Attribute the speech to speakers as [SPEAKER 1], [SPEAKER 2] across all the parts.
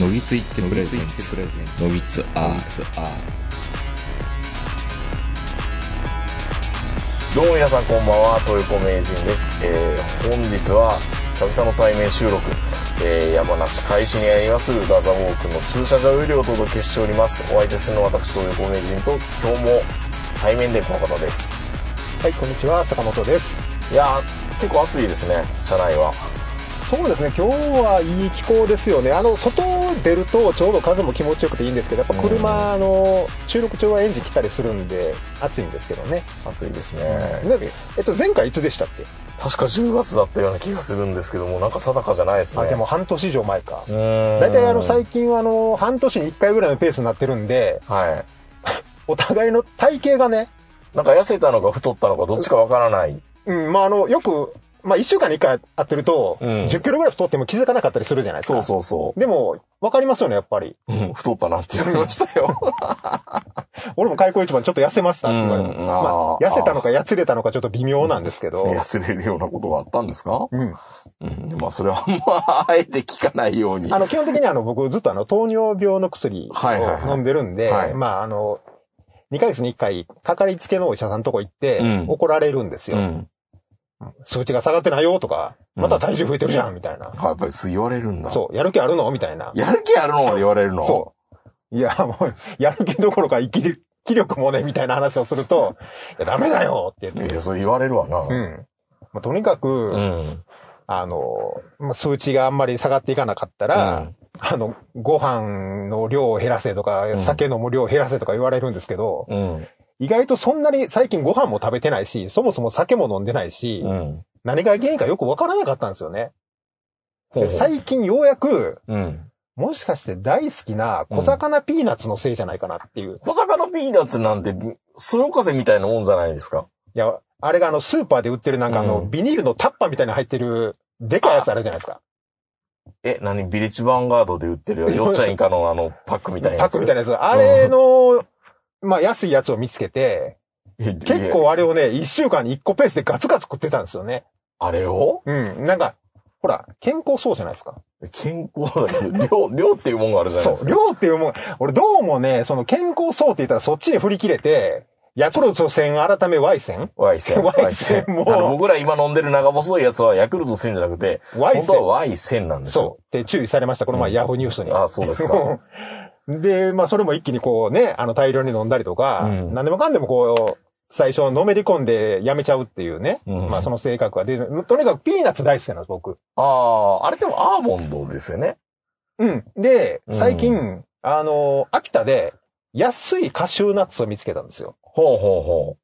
[SPEAKER 1] のぎついってプレゼンツ
[SPEAKER 2] プレゼン
[SPEAKER 1] のぎつアー
[SPEAKER 3] どうも皆さんこんばんは、豊子名人です。えー、本日は、久々の対面収録、えー、山梨海市にあります、ガザウォークの駐車場よりお届けしております。お相手するのは私、豊子名人と、今日も対面でこの方です。
[SPEAKER 4] はい、こんにちは、坂本です。
[SPEAKER 3] いやー、結構暑いですね、車内は。
[SPEAKER 4] そうですね、今日はいい気候ですよね。あの、外出るとちょうど風も気持ちよくていいんですけど、やっぱ車、あの、収録中はエンジン来たりするんで、暑いんですけどね。
[SPEAKER 3] 暑いですね。
[SPEAKER 4] ねえっと、前回いつでしたっけ、
[SPEAKER 3] 確か10月だったような気がするんですけども、なんか定かじゃないですね。
[SPEAKER 4] あ、でもう半年以上前か
[SPEAKER 3] う。ーん。
[SPEAKER 4] 大体あの、最近はあの、半年に1回ぐらいのペースになってるんで、
[SPEAKER 3] はい。
[SPEAKER 4] お互いの体型がね、
[SPEAKER 3] なんか痩せたのか太ったのかどっちかわからない。
[SPEAKER 4] うん、まああの、よく、まあ1週間に1回会ってると、
[SPEAKER 3] うん
[SPEAKER 4] 10キロぐらい太っても気づかなかったりするじゃないです
[SPEAKER 3] そ
[SPEAKER 4] か。。
[SPEAKER 3] うそうそう
[SPEAKER 4] でも、わかりますよね、やっぱり。
[SPEAKER 3] う。うん、太ったなって言われましたよ。
[SPEAKER 4] 俺も開口一番ちょっと痩せましたって言われて、
[SPEAKER 3] うん
[SPEAKER 4] ま
[SPEAKER 3] あ
[SPEAKER 4] あ、
[SPEAKER 3] ー
[SPEAKER 4] 痩せたのかやつれたのかちょっと微妙なんですけど、
[SPEAKER 3] 痩せれるようなことがあったんですか
[SPEAKER 4] うん、
[SPEAKER 3] うん。まあ、それはあんま、あえて聞かないように。
[SPEAKER 4] あの基本的にあの僕ずっとあの糖尿病の薬
[SPEAKER 3] はいはいはい
[SPEAKER 4] を飲んでるんで、
[SPEAKER 3] はい
[SPEAKER 4] まああの、2ヶ月に1回、かかりつけのお医者さんのとこ行って
[SPEAKER 3] うん、
[SPEAKER 4] 怒られるんです
[SPEAKER 3] う
[SPEAKER 4] よ、
[SPEAKER 3] ん。
[SPEAKER 4] 数値が下がってないよとか、
[SPEAKER 3] うん
[SPEAKER 4] また体重増えてるじゃん、みたいな。
[SPEAKER 3] あやっぱりそう言われるんだ。
[SPEAKER 4] そう、やる気あるのみたいな。
[SPEAKER 3] やる気あるのまで言われるの
[SPEAKER 4] そう。いや、もう、やる気どころか、生きる、気力もね、みたいな話をすると、いや、ダメだよって言っ
[SPEAKER 3] い
[SPEAKER 4] て。
[SPEAKER 3] や、そう言われるわな。
[SPEAKER 4] うん。まあ、とにかく、
[SPEAKER 3] うん。
[SPEAKER 4] あの、まあ、数値があんまり下がっていかなかったら、あの、ご飯の量を減らせとか、
[SPEAKER 3] ん
[SPEAKER 4] 酒飲む量を減らせとか言われるんですけど、
[SPEAKER 3] うん。
[SPEAKER 4] 意外とそんなに最近ご飯も食べてないし、そもそも酒も飲んでないし、
[SPEAKER 3] うん。
[SPEAKER 4] 何が原因かよくわからなかったんですよね。
[SPEAKER 3] ほう
[SPEAKER 4] で最近ようやく、
[SPEAKER 3] うん。
[SPEAKER 4] もしかして大好きな小魚ピーナッツのせいじゃないかなっていう。い
[SPEAKER 3] 小魚ピーナッツなんて、そよ風みたいなもんじゃないですか。
[SPEAKER 4] や、あれがあの、スーパーで売ってるなんかあの、
[SPEAKER 3] うん
[SPEAKER 4] ビニールのタッパーみたいに入ってる、でかいやつあるじゃないですか。
[SPEAKER 3] え、何ビレッジヴァンガードで売ってるよ。よっちゃんイカのあの、パックみたいな
[SPEAKER 4] パ
[SPEAKER 3] や
[SPEAKER 4] ッ
[SPEAKER 3] つ。
[SPEAKER 4] クみたいなやつ。あれの、まあ、安いやつを見つけて、
[SPEAKER 3] いや
[SPEAKER 4] 結。構あれをね、一週間に一個ペースでガツガツ食ってたんですよね。
[SPEAKER 3] あれを
[SPEAKER 4] うん。なんか、ほら、健康そうじゃないですか。
[SPEAKER 3] 健康だけど、量、量っていうもんがあるじゃないです
[SPEAKER 4] そう。
[SPEAKER 3] か。
[SPEAKER 4] 量っていうもん、俺どうもね、その健康そうって言ったらそっちに振り切れて、ヤクルト戦改め Y 戦
[SPEAKER 3] Y 線。
[SPEAKER 4] Y 線もう
[SPEAKER 3] あの僕ら今飲んでる長細いやつはヤクルト1000じゃなくて、
[SPEAKER 4] ?Y
[SPEAKER 3] 本当は
[SPEAKER 4] 戦
[SPEAKER 3] Y 線なんです
[SPEAKER 4] そ。う。
[SPEAKER 3] よ
[SPEAKER 4] って注意されました、この前、
[SPEAKER 3] うん
[SPEAKER 4] ヤフーニュースに。
[SPEAKER 3] あそうですか。
[SPEAKER 4] で、まあそれも一気にこうね、あの大量に飲んだりとか、
[SPEAKER 3] うん
[SPEAKER 4] 何でもかんでもこう、最初のめり込んでやめちゃうっていうね。
[SPEAKER 3] うん
[SPEAKER 4] まあその性格は。で、とにかくピーナッツ大好きなんです、僕。
[SPEAKER 3] ああ、あれでもアーモンドですよね。
[SPEAKER 4] うん。で、
[SPEAKER 3] うん
[SPEAKER 4] 最近、あの、秋田で安いカシューナッツを見つけたんですよ。
[SPEAKER 3] ほうほ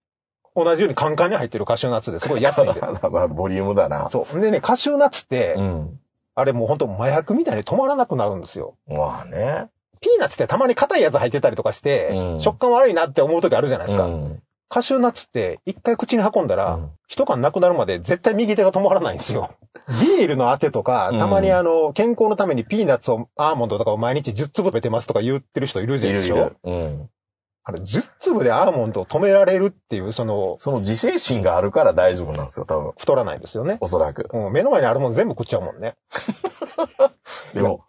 [SPEAKER 4] 同じようにカンカンに入ってるカシューナッツですごいう安
[SPEAKER 3] ほ
[SPEAKER 4] い
[SPEAKER 3] うん。
[SPEAKER 4] で。
[SPEAKER 3] まあ、ボリュームだな。
[SPEAKER 4] そう。でね、カシューナッツって、
[SPEAKER 3] ん。
[SPEAKER 4] あれもうほんと麻薬みたいに止まらなくなるんですよ。
[SPEAKER 3] まあね。
[SPEAKER 4] ピーナッツってたまに硬いやつ入ってたりとかして、
[SPEAKER 3] うん
[SPEAKER 4] 食感悪いなって思う時あるじゃないですか。
[SPEAKER 3] うん
[SPEAKER 4] カシューナッツって一回口に運んだら、
[SPEAKER 3] うん
[SPEAKER 4] 一缶なくなるまで絶対右手が止まらないんです よ。ビールのあてとか、たまにあの、健康のためにピーナッツを、アーモンドとかを毎日10粒食べてますとか言ってる人いるじゃ
[SPEAKER 3] い
[SPEAKER 4] ない
[SPEAKER 3] る
[SPEAKER 4] で
[SPEAKER 3] い
[SPEAKER 4] すか。
[SPEAKER 3] る。うん。
[SPEAKER 4] あの、10粒でアーモンドを止められるっていう、その、
[SPEAKER 3] その自制心があるから大丈夫なんですよ、多分。
[SPEAKER 4] 太らないですよね。
[SPEAKER 3] おそらく。
[SPEAKER 4] うん、目の前にあるもん全部食っちゃうもんね。
[SPEAKER 3] でも、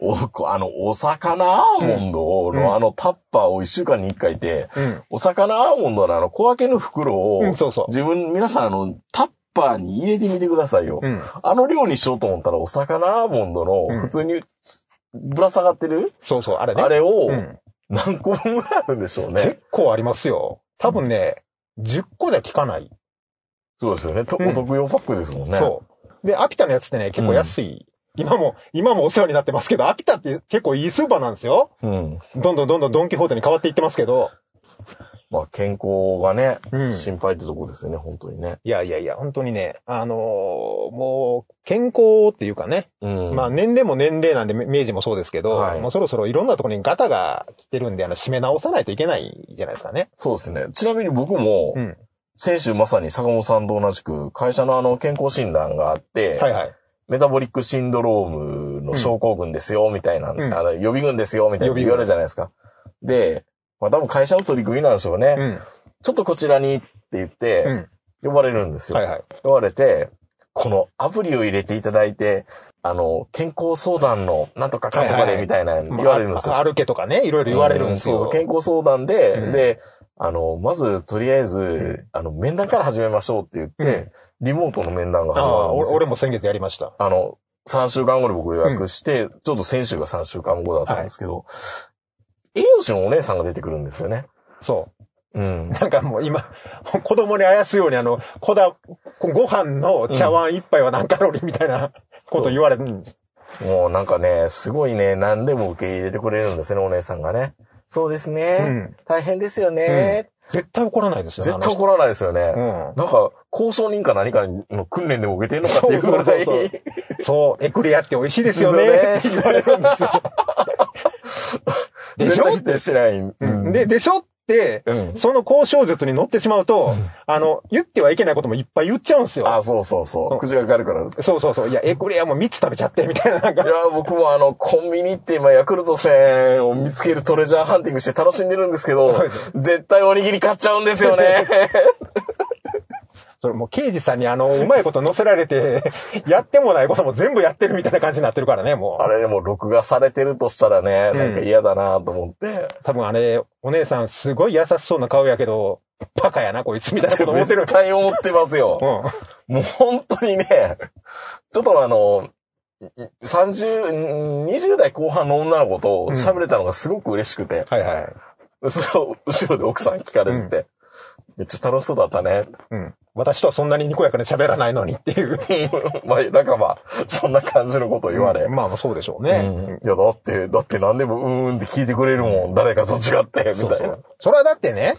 [SPEAKER 3] お、こあの、お魚アーモンド
[SPEAKER 4] うん
[SPEAKER 3] のあのタッパーを一週間に一回で、
[SPEAKER 4] うん。
[SPEAKER 3] お魚アーモンドのあの小分けの袋を、
[SPEAKER 4] うん、そうそ
[SPEAKER 3] 自分、皆さんあの、タッパーに入れてみてくださいよ。
[SPEAKER 4] う。うん。
[SPEAKER 3] あの量にしようと思ったら、お魚アーモンド
[SPEAKER 4] う
[SPEAKER 3] の、
[SPEAKER 4] ん
[SPEAKER 3] 普通にぶら下がってる、
[SPEAKER 4] そうそう、あれね。
[SPEAKER 3] あれを
[SPEAKER 4] う、ん。
[SPEAKER 3] 何個分ぐらいあるんでしょうね。
[SPEAKER 4] 結構ありますよ。多分ね、10個じゃ効かない。
[SPEAKER 3] そうですよね。と
[SPEAKER 4] うん
[SPEAKER 3] お得用パックですもんね。
[SPEAKER 4] そう。で、アピタのやつってね、結構安い。今も、今もお世話になってますけど、アピタって結構いいスーパーなんですよ。
[SPEAKER 3] う。うん。
[SPEAKER 4] どんどんどんどんドンキホーテに変わっていってますけど。
[SPEAKER 3] まあ、健康がね、
[SPEAKER 4] うん。
[SPEAKER 3] 心配ってとこですよね、本当にね。
[SPEAKER 4] いやいやいや、本当にね、あのーもう、健康っていうかね、
[SPEAKER 3] うん。
[SPEAKER 4] まあ年齢も年齢なんで、め明治もそうですけど、
[SPEAKER 3] はい
[SPEAKER 4] もうそろそろいろんなところにガタが来てるんで、あの、締め直さないといけないじゃないですかね。
[SPEAKER 3] そうですね。ちなみに僕も、
[SPEAKER 4] うん
[SPEAKER 3] 先週まさに坂本さんと同じく、会社のあの、健康診断があって、
[SPEAKER 4] はいはい。
[SPEAKER 3] メタボリックシンドロームの症候群ですよ、みたいな、
[SPEAKER 4] うん
[SPEAKER 3] あの予備軍ですよ、みたいな
[SPEAKER 4] 予備軍
[SPEAKER 3] 言われるじゃないですか。で、まあ多分会社の取り組みなんでしょうね。
[SPEAKER 4] うん。
[SPEAKER 3] ちょっとこちらにって言っ
[SPEAKER 4] う
[SPEAKER 3] て、
[SPEAKER 4] ん。
[SPEAKER 3] 呼ばれるんですよ。
[SPEAKER 4] はいはい。
[SPEAKER 3] 呼ばれて、このアプリを入れていただいて、あの、健康相談の、なんとかかんとか
[SPEAKER 4] はいはいはい
[SPEAKER 3] でみたいなの言われるんですよ。
[SPEAKER 4] あ歩けとかね、いろいろ言われるんです
[SPEAKER 3] う
[SPEAKER 4] よ。
[SPEAKER 3] そうそう健康相談で、
[SPEAKER 4] うん
[SPEAKER 3] で、あの、まず、とりあえず、
[SPEAKER 4] ん
[SPEAKER 3] あの、面談から始めましょうって言って、リモートの面談が
[SPEAKER 4] あ
[SPEAKER 3] 始ま
[SPEAKER 4] あ
[SPEAKER 3] るんで
[SPEAKER 4] 俺
[SPEAKER 3] すよ。
[SPEAKER 4] 俺も先月やりました。
[SPEAKER 3] あの、3週間後に僕予約して、ちょうど先週が3週間後だったんですけど、栄養士のお姉さんが出てくるんですよね。
[SPEAKER 4] そう。
[SPEAKER 3] うん。
[SPEAKER 4] なんかもう今、子供にあやすようにあの、こだ、ご飯の茶碗一杯は何カロリーみたいなこと言われるんです。
[SPEAKER 3] もうなんかね、すごいね、何でも受け入れてくれるんですね、お姉さんがね。そうですね。
[SPEAKER 4] うん
[SPEAKER 3] 大変ですよね、
[SPEAKER 4] 絶対怒らないですよね。
[SPEAKER 3] 絶対怒らないですよね。
[SPEAKER 4] あの人
[SPEAKER 3] なんか、交渉人か何かの訓練でも受けてるのかっていうぐらい。
[SPEAKER 4] そうそうそうそううん。 そう、エクレアって美味しいですよね。って言われるんですよ。 でし
[SPEAKER 3] 絶
[SPEAKER 4] ょ
[SPEAKER 3] 対否定しない。
[SPEAKER 4] うんで、でしょって、
[SPEAKER 3] うん。
[SPEAKER 4] その交渉術に乗ってしまうと、あの、言ってはいけないこともいっぱい言っちゃうんですよ。
[SPEAKER 3] あ、そうそうそうう。
[SPEAKER 4] ん
[SPEAKER 3] 口がかかるから。
[SPEAKER 4] そうそうそう。いや、エクレアも3つ食べちゃって、みたいな、な ん
[SPEAKER 3] い
[SPEAKER 4] か。
[SPEAKER 3] や、僕もあの、コンビニ行って今、ヤクルト1000を見つけるトレジャーハンティングして楽しんでるんですけど
[SPEAKER 4] はい、
[SPEAKER 3] 絶対おにぎり買っちゃうんです よね。
[SPEAKER 4] それもう刑事さんにあの、うまいこと乗せられ て、やってもないことも全部やってるみたいな感じになってるからね、もう。
[SPEAKER 3] あれでも録画されてるとしたらね、なんか嫌だなと思って。
[SPEAKER 4] 多分あれ、お姉さんすごい優しそうな顔やけど、バカやな、こいつみたいなこと思 ってる
[SPEAKER 3] 絶。対思ってますよ
[SPEAKER 4] う。ん。
[SPEAKER 3] もう本当にね、ちょっとあの、30、20代後半の女の子と喋れたのがすごく嬉しくて、
[SPEAKER 4] はいはい。
[SPEAKER 3] それを後ろで奥さん聞かれてて、めっちゃ楽しそうだったね。
[SPEAKER 4] うん。私とはそんなににこやかに喋らないのにっていう。
[SPEAKER 3] まあ、なんかまあ、そんな感じのことを言われ。
[SPEAKER 4] まあまあそうでしょう
[SPEAKER 3] うん
[SPEAKER 4] ね。
[SPEAKER 3] いや、だって、だって何でもうーんって聞いてくれるもん。誰かと違って、みたいな。
[SPEAKER 4] そうそう。それはだってね、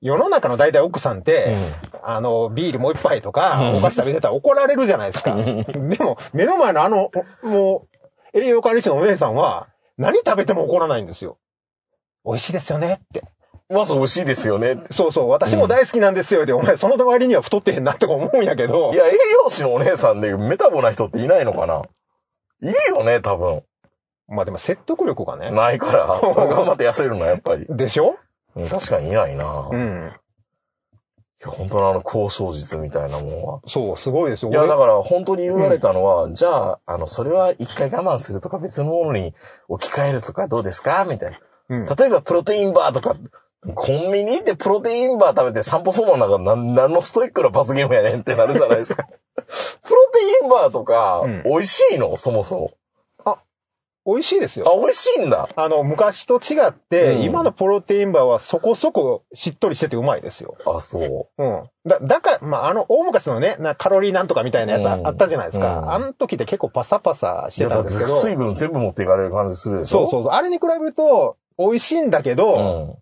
[SPEAKER 4] 世の中の大体奥さんって、あの、ビールもう一杯とか、
[SPEAKER 3] うん
[SPEAKER 4] お菓子食べてたら怒られるじゃないですか。でも、目の前のあの、もう、栄養管理士のお姉さんは、何食べても怒らないんですよ。美味しいですよねって。
[SPEAKER 3] まず美味しいですよね。
[SPEAKER 4] そうそう、私も大好きなんですよ。で、お前、その割には太ってへんなとか思うんやけど。
[SPEAKER 3] いや、栄養士のお姉さんでメタボな人っていないのかないるよね、多分。
[SPEAKER 4] まあでも説得力がね。
[SPEAKER 3] ないから、頑張って痩せるのはやっぱり。
[SPEAKER 4] でしょ
[SPEAKER 3] うん確かにいないな。い
[SPEAKER 4] ん。
[SPEAKER 3] や、本当のあの、交渉術みたいなもんは。
[SPEAKER 4] そう、すごいですよ。
[SPEAKER 3] いや、
[SPEAKER 4] 俺
[SPEAKER 3] だから本当に言われたのは、じゃあ、あの、それは一回我慢するとか別のものに置き換えるとかどうですかみたいな。
[SPEAKER 4] うん
[SPEAKER 3] 例えばプロテインバーとか、コンビニ行ってプロテインバー食べて散歩その中なん、なんのストイックな罰ゲームやねんってなるじゃないで すか。プロテインバーとか
[SPEAKER 4] うん、
[SPEAKER 3] 美味しいのそもそも。
[SPEAKER 4] 美味しいですよ。
[SPEAKER 3] あ、美味しいんだ。
[SPEAKER 4] あの、昔と違って、
[SPEAKER 3] うん
[SPEAKER 4] 今のプロテインバーはそこそこしっとりしててうまいですよ。
[SPEAKER 3] あ、そう。
[SPEAKER 4] うん。だ、だから、まあ、あの、大昔のね、なカロリーなんとかみたいなやつあ
[SPEAKER 3] うん
[SPEAKER 4] あったじゃないですか。
[SPEAKER 3] うん
[SPEAKER 4] あの時って結構パサパサしてたんですけど。
[SPEAKER 3] いやだって
[SPEAKER 4] そ
[SPEAKER 3] 水分全部持っていかれる感じするで
[SPEAKER 4] う
[SPEAKER 3] しょ
[SPEAKER 4] そうそう。あれに比べると、美味しいんだけど、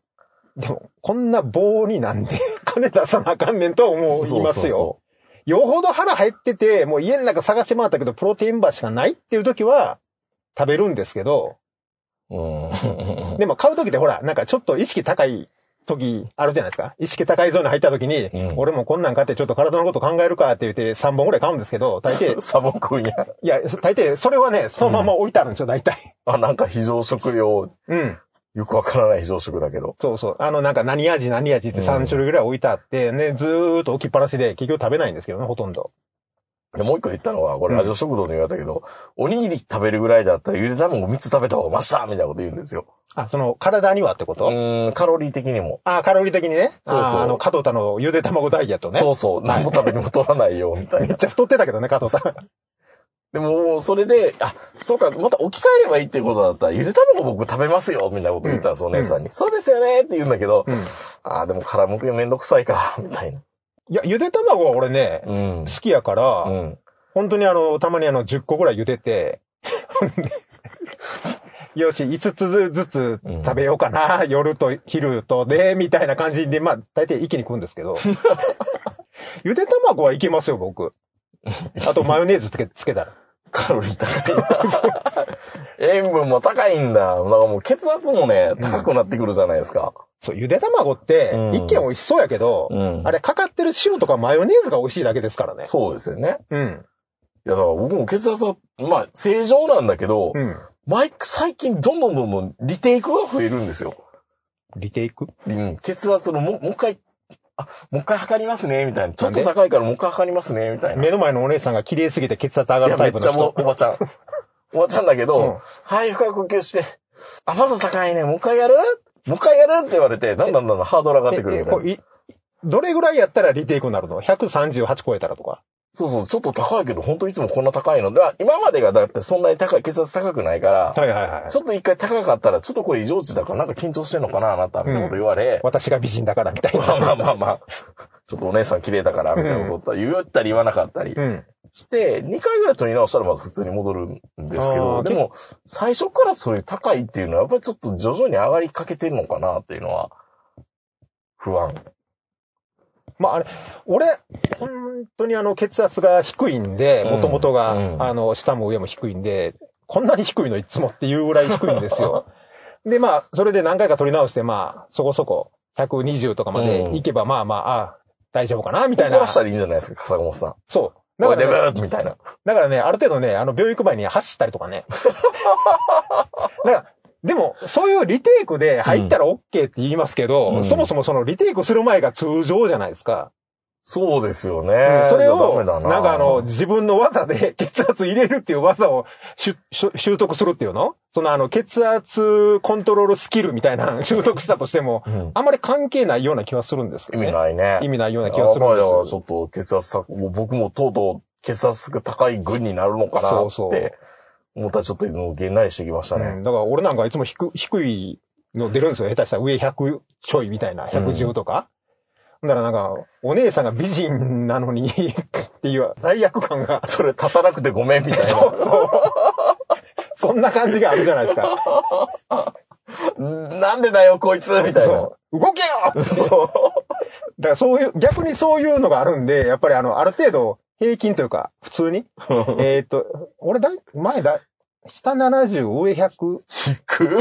[SPEAKER 3] うん。
[SPEAKER 4] でも、こんな棒になんで金出さなあかんねんとは思いますよ。
[SPEAKER 3] そ
[SPEAKER 4] よほど腹減ってて、もう家の中探して回ったけど、プロテインバーしかないっていう時は、食べるんですけど、
[SPEAKER 3] うそうそう。
[SPEAKER 4] でも買う時ってほら、なんかちょっと意識高い時あるじゃないですか。意識高いゾーンに入った時に、
[SPEAKER 3] うん
[SPEAKER 4] 俺もこんなん買ってちょっと体のこと考えるかって言って3本ぐらい買うんですけど、大
[SPEAKER 3] う
[SPEAKER 4] 抵
[SPEAKER 3] ん。、サボ君や。
[SPEAKER 4] いや、大抵それはね、そのまま置いてあるんですよ、大体。
[SPEAKER 3] あ、なんか非常食料、
[SPEAKER 4] うん。
[SPEAKER 3] よくわからない非常食だけど。
[SPEAKER 4] そうそう。あの、なんか何味何味って3種類ぐらい置いてあって、ね、ずーっと置きっぱなしで結局食べないんですけどね、ほとんど。
[SPEAKER 3] でもう一個言ったのは、こ
[SPEAKER 4] う
[SPEAKER 3] れ
[SPEAKER 4] ん
[SPEAKER 3] ラジオ食堂で言われたけど、おにぎり食べるぐらいだったらゆで卵3つ食べた方がマシだみたいなこと言うんですよ。
[SPEAKER 4] あ、その、体にはってこ
[SPEAKER 3] う
[SPEAKER 4] と、
[SPEAKER 3] ーん、カロリー的にも。
[SPEAKER 4] あ、カロリー的にね。
[SPEAKER 3] そうそう
[SPEAKER 4] あーあの、加藤田のゆで卵ダイエットね。
[SPEAKER 3] そうそう、何も食べても太らないよ、みたい
[SPEAKER 4] めっ
[SPEAKER 3] な。
[SPEAKER 4] ちゃ太ってたけどね、加藤さん。
[SPEAKER 3] でも、もうそれで、あ、そうか、また置き換えればいいってことだったら、ゆで卵僕食べますよ、みたいなこと言ったんですよ、
[SPEAKER 4] う
[SPEAKER 3] お
[SPEAKER 4] ん
[SPEAKER 3] 姉さんに。そうですよねって言うんだけど、
[SPEAKER 4] うん
[SPEAKER 3] ああ、でも殻むくめんどくさいか、 みたいな。
[SPEAKER 4] いや、ゆで卵は俺ね、
[SPEAKER 3] うん
[SPEAKER 4] 好。きやから、
[SPEAKER 3] うん。
[SPEAKER 4] 本当にあの、たまにあの、10個ぐらい茹でて、 よし、5つずつ食べようかな、夜と昼とで、みたいな感じで、まあ、大体一気に食うんですけ ど。ゆで卵はいけますよ、僕。あと、マヨネーズつけ、つけたら。
[SPEAKER 3] カロリー高いな。塩分も高いんだ。なんかもう血圧もね、高くなってくるじゃないですか。
[SPEAKER 4] そう、ゆで卵って
[SPEAKER 3] う、ん
[SPEAKER 4] 一見美味しそうやけど、
[SPEAKER 3] うん
[SPEAKER 4] あれ、かかってる塩とかマヨネーズが美味しいだけですからね。
[SPEAKER 3] そうですよね。
[SPEAKER 4] うん。
[SPEAKER 3] いや、だから僕も血圧は、まあ、正常なんだけど、
[SPEAKER 4] うん。
[SPEAKER 3] マイク最近どんどんどんどんリテイクが増えるんですよ。
[SPEAKER 4] リテイク
[SPEAKER 3] うん、血圧のも、もう一回、あ、もう一回測りますね、みたいな。ちょっ
[SPEAKER 4] な
[SPEAKER 3] と
[SPEAKER 4] んで
[SPEAKER 3] 高いからもう一回測りますね、みたいな。い
[SPEAKER 4] 目の前のお姉さんが綺麗すぎて血圧上がる
[SPEAKER 3] や、
[SPEAKER 4] タ
[SPEAKER 3] め
[SPEAKER 4] イ
[SPEAKER 3] っ
[SPEAKER 4] プ
[SPEAKER 3] ち
[SPEAKER 4] の
[SPEAKER 3] ゃも
[SPEAKER 4] 人。
[SPEAKER 3] うおばち ゃん。おばちゃんだけ
[SPEAKER 4] うん
[SPEAKER 3] ど、はい、深く呼吸して、あ、まだ高いね、もう一回やるもう一回やるって言われて、だんだんだんだんハードル上がってくる
[SPEAKER 4] え
[SPEAKER 3] み
[SPEAKER 4] え
[SPEAKER 3] たい
[SPEAKER 4] こ
[SPEAKER 3] な
[SPEAKER 4] ういどれぐらいやったらリテイクになるの ?138 超えたらとか。
[SPEAKER 3] そうそう、ちょっと高いけど、本当いつもこんな高いので、あ今までがだってそんなに高い、血圧高くないか
[SPEAKER 4] は
[SPEAKER 3] ら、
[SPEAKER 4] いはいは
[SPEAKER 3] ちょっと一回高かったら、ちょっとこれ異常値だから、なんか緊張してんのかな、あなた、みたいなこと言われ、
[SPEAKER 4] 私が美人だからみたいな。
[SPEAKER 3] まあまあまあまあ、ちょっとお姉さん綺麗だから、みたいなこと言ったり言わなかったり
[SPEAKER 4] うん。
[SPEAKER 3] して、2回ぐらい取り直したらまた普通に戻るんですけ
[SPEAKER 4] あ
[SPEAKER 3] ど、
[SPEAKER 4] ー
[SPEAKER 3] でも、最初からそれ高いっていうのは、やっぱりちょっと徐々に上がりかけてるのかな、っていうのは、不安。
[SPEAKER 4] まああれ、俺、本当にあの血圧が低いんで、
[SPEAKER 3] うん
[SPEAKER 4] もともとが、
[SPEAKER 3] うん
[SPEAKER 4] あの、下も上も低いんで、こんなに低いのいつもっていうぐらい低いんです よ。で、まあ、それで何回か取り直して、まあ、そこそこ、120とかまで行けば、まあまあ、ああ大丈夫かな、みたいな。
[SPEAKER 3] 怒らしたらいいんじゃないですか、笠本さん。
[SPEAKER 4] そう。だ
[SPEAKER 3] お
[SPEAKER 4] か
[SPEAKER 3] い、デブ
[SPEAKER 4] らね、
[SPEAKER 3] ーみたいな。
[SPEAKER 4] だからね、ある程度ね、あの、病院行く前に走ったりとか ね。だからでも、そういうリテイクで入ったら OK って言いますけど、
[SPEAKER 3] うん
[SPEAKER 4] そもそもそのリテイクする前が通常じゃないですか。
[SPEAKER 3] そうですよね。
[SPEAKER 4] それ
[SPEAKER 3] ダ
[SPEAKER 4] を、
[SPEAKER 3] メだ
[SPEAKER 4] なんかあの、、自分の技で 血圧入れるっていう技をしゅしゅ習得するっていうのそのあの、血圧コントロールスキルみたいな の習得したとしても、
[SPEAKER 3] うん
[SPEAKER 4] あんまり関係ないような気はするんですけ
[SPEAKER 3] 意
[SPEAKER 4] どね。
[SPEAKER 3] 味ないね。
[SPEAKER 4] 意味ないような気はするん
[SPEAKER 3] あまあ
[SPEAKER 4] で
[SPEAKER 3] じゃあ
[SPEAKER 4] す
[SPEAKER 3] ち
[SPEAKER 4] よ。
[SPEAKER 3] ょっと血圧高、もう僕もとうとう血圧が高い群になるのかな
[SPEAKER 4] そうそ
[SPEAKER 3] っ
[SPEAKER 4] う
[SPEAKER 3] て、思ったらちょっともうげんなりしてきました
[SPEAKER 4] う
[SPEAKER 3] ね。。
[SPEAKER 4] んだから俺なんかいつも低低いの出るんですよ。下手したら上100ちょいみたいな、110とか。ほん、だからなんか、お姉さんが美人なのにっていう罪悪感が
[SPEAKER 3] それ立たなくてごめんみたい
[SPEAKER 4] そうそう。そんな感じがあるじゃないですか。
[SPEAKER 3] な。 なんでだよこいつみたいな
[SPEAKER 4] そ。う。動けよ
[SPEAKER 3] そ
[SPEAKER 4] だからそういう、逆にそういうのがあるんで、やっぱりあの、ある程度、平均というか、普通 に。
[SPEAKER 3] う。
[SPEAKER 4] えっと、俺だい、前だ、下70、上100、
[SPEAKER 3] く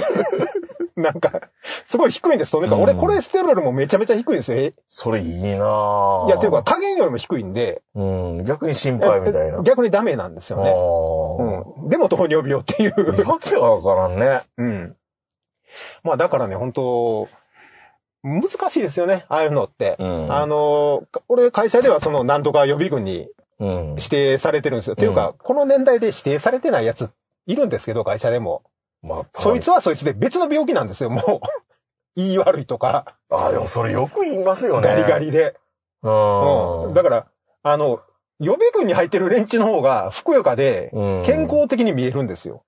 [SPEAKER 4] なんか、すごい低いんです。とにかく、俺
[SPEAKER 3] うん
[SPEAKER 4] コレステロールもめちゃめちゃ低いんですよ。え
[SPEAKER 3] それいいなぁ
[SPEAKER 4] いや、というか、、加減よりも低いんで、
[SPEAKER 3] うん、逆に心配みたいな。
[SPEAKER 4] 逆にダメなんですよね。
[SPEAKER 3] あ
[SPEAKER 4] うん。でも糖尿病ってい
[SPEAKER 3] あ。
[SPEAKER 4] う。
[SPEAKER 3] わけがわからんね。
[SPEAKER 4] うん。まあ、だからね、本当難しいですよね、ああいうのって。
[SPEAKER 3] うん。
[SPEAKER 4] あの、か俺、会社ではその、なんとか予備軍に
[SPEAKER 3] うん。
[SPEAKER 4] 指定されてるんですよ。っていうか、この年代で指定されてないやついるんですけど、会社でも。
[SPEAKER 3] まあ、
[SPEAKER 4] そいつはそいつで別の病気なんですよ、もう。 言い悪いとか、
[SPEAKER 3] ああ、でもそれよく言いますよね。
[SPEAKER 4] ガリガ。リで。
[SPEAKER 3] う
[SPEAKER 4] うんん。。だから、あの、予備軍に入ってる連中の方が、ふくよかで、
[SPEAKER 3] うん
[SPEAKER 4] 健康的に見えるんですよ。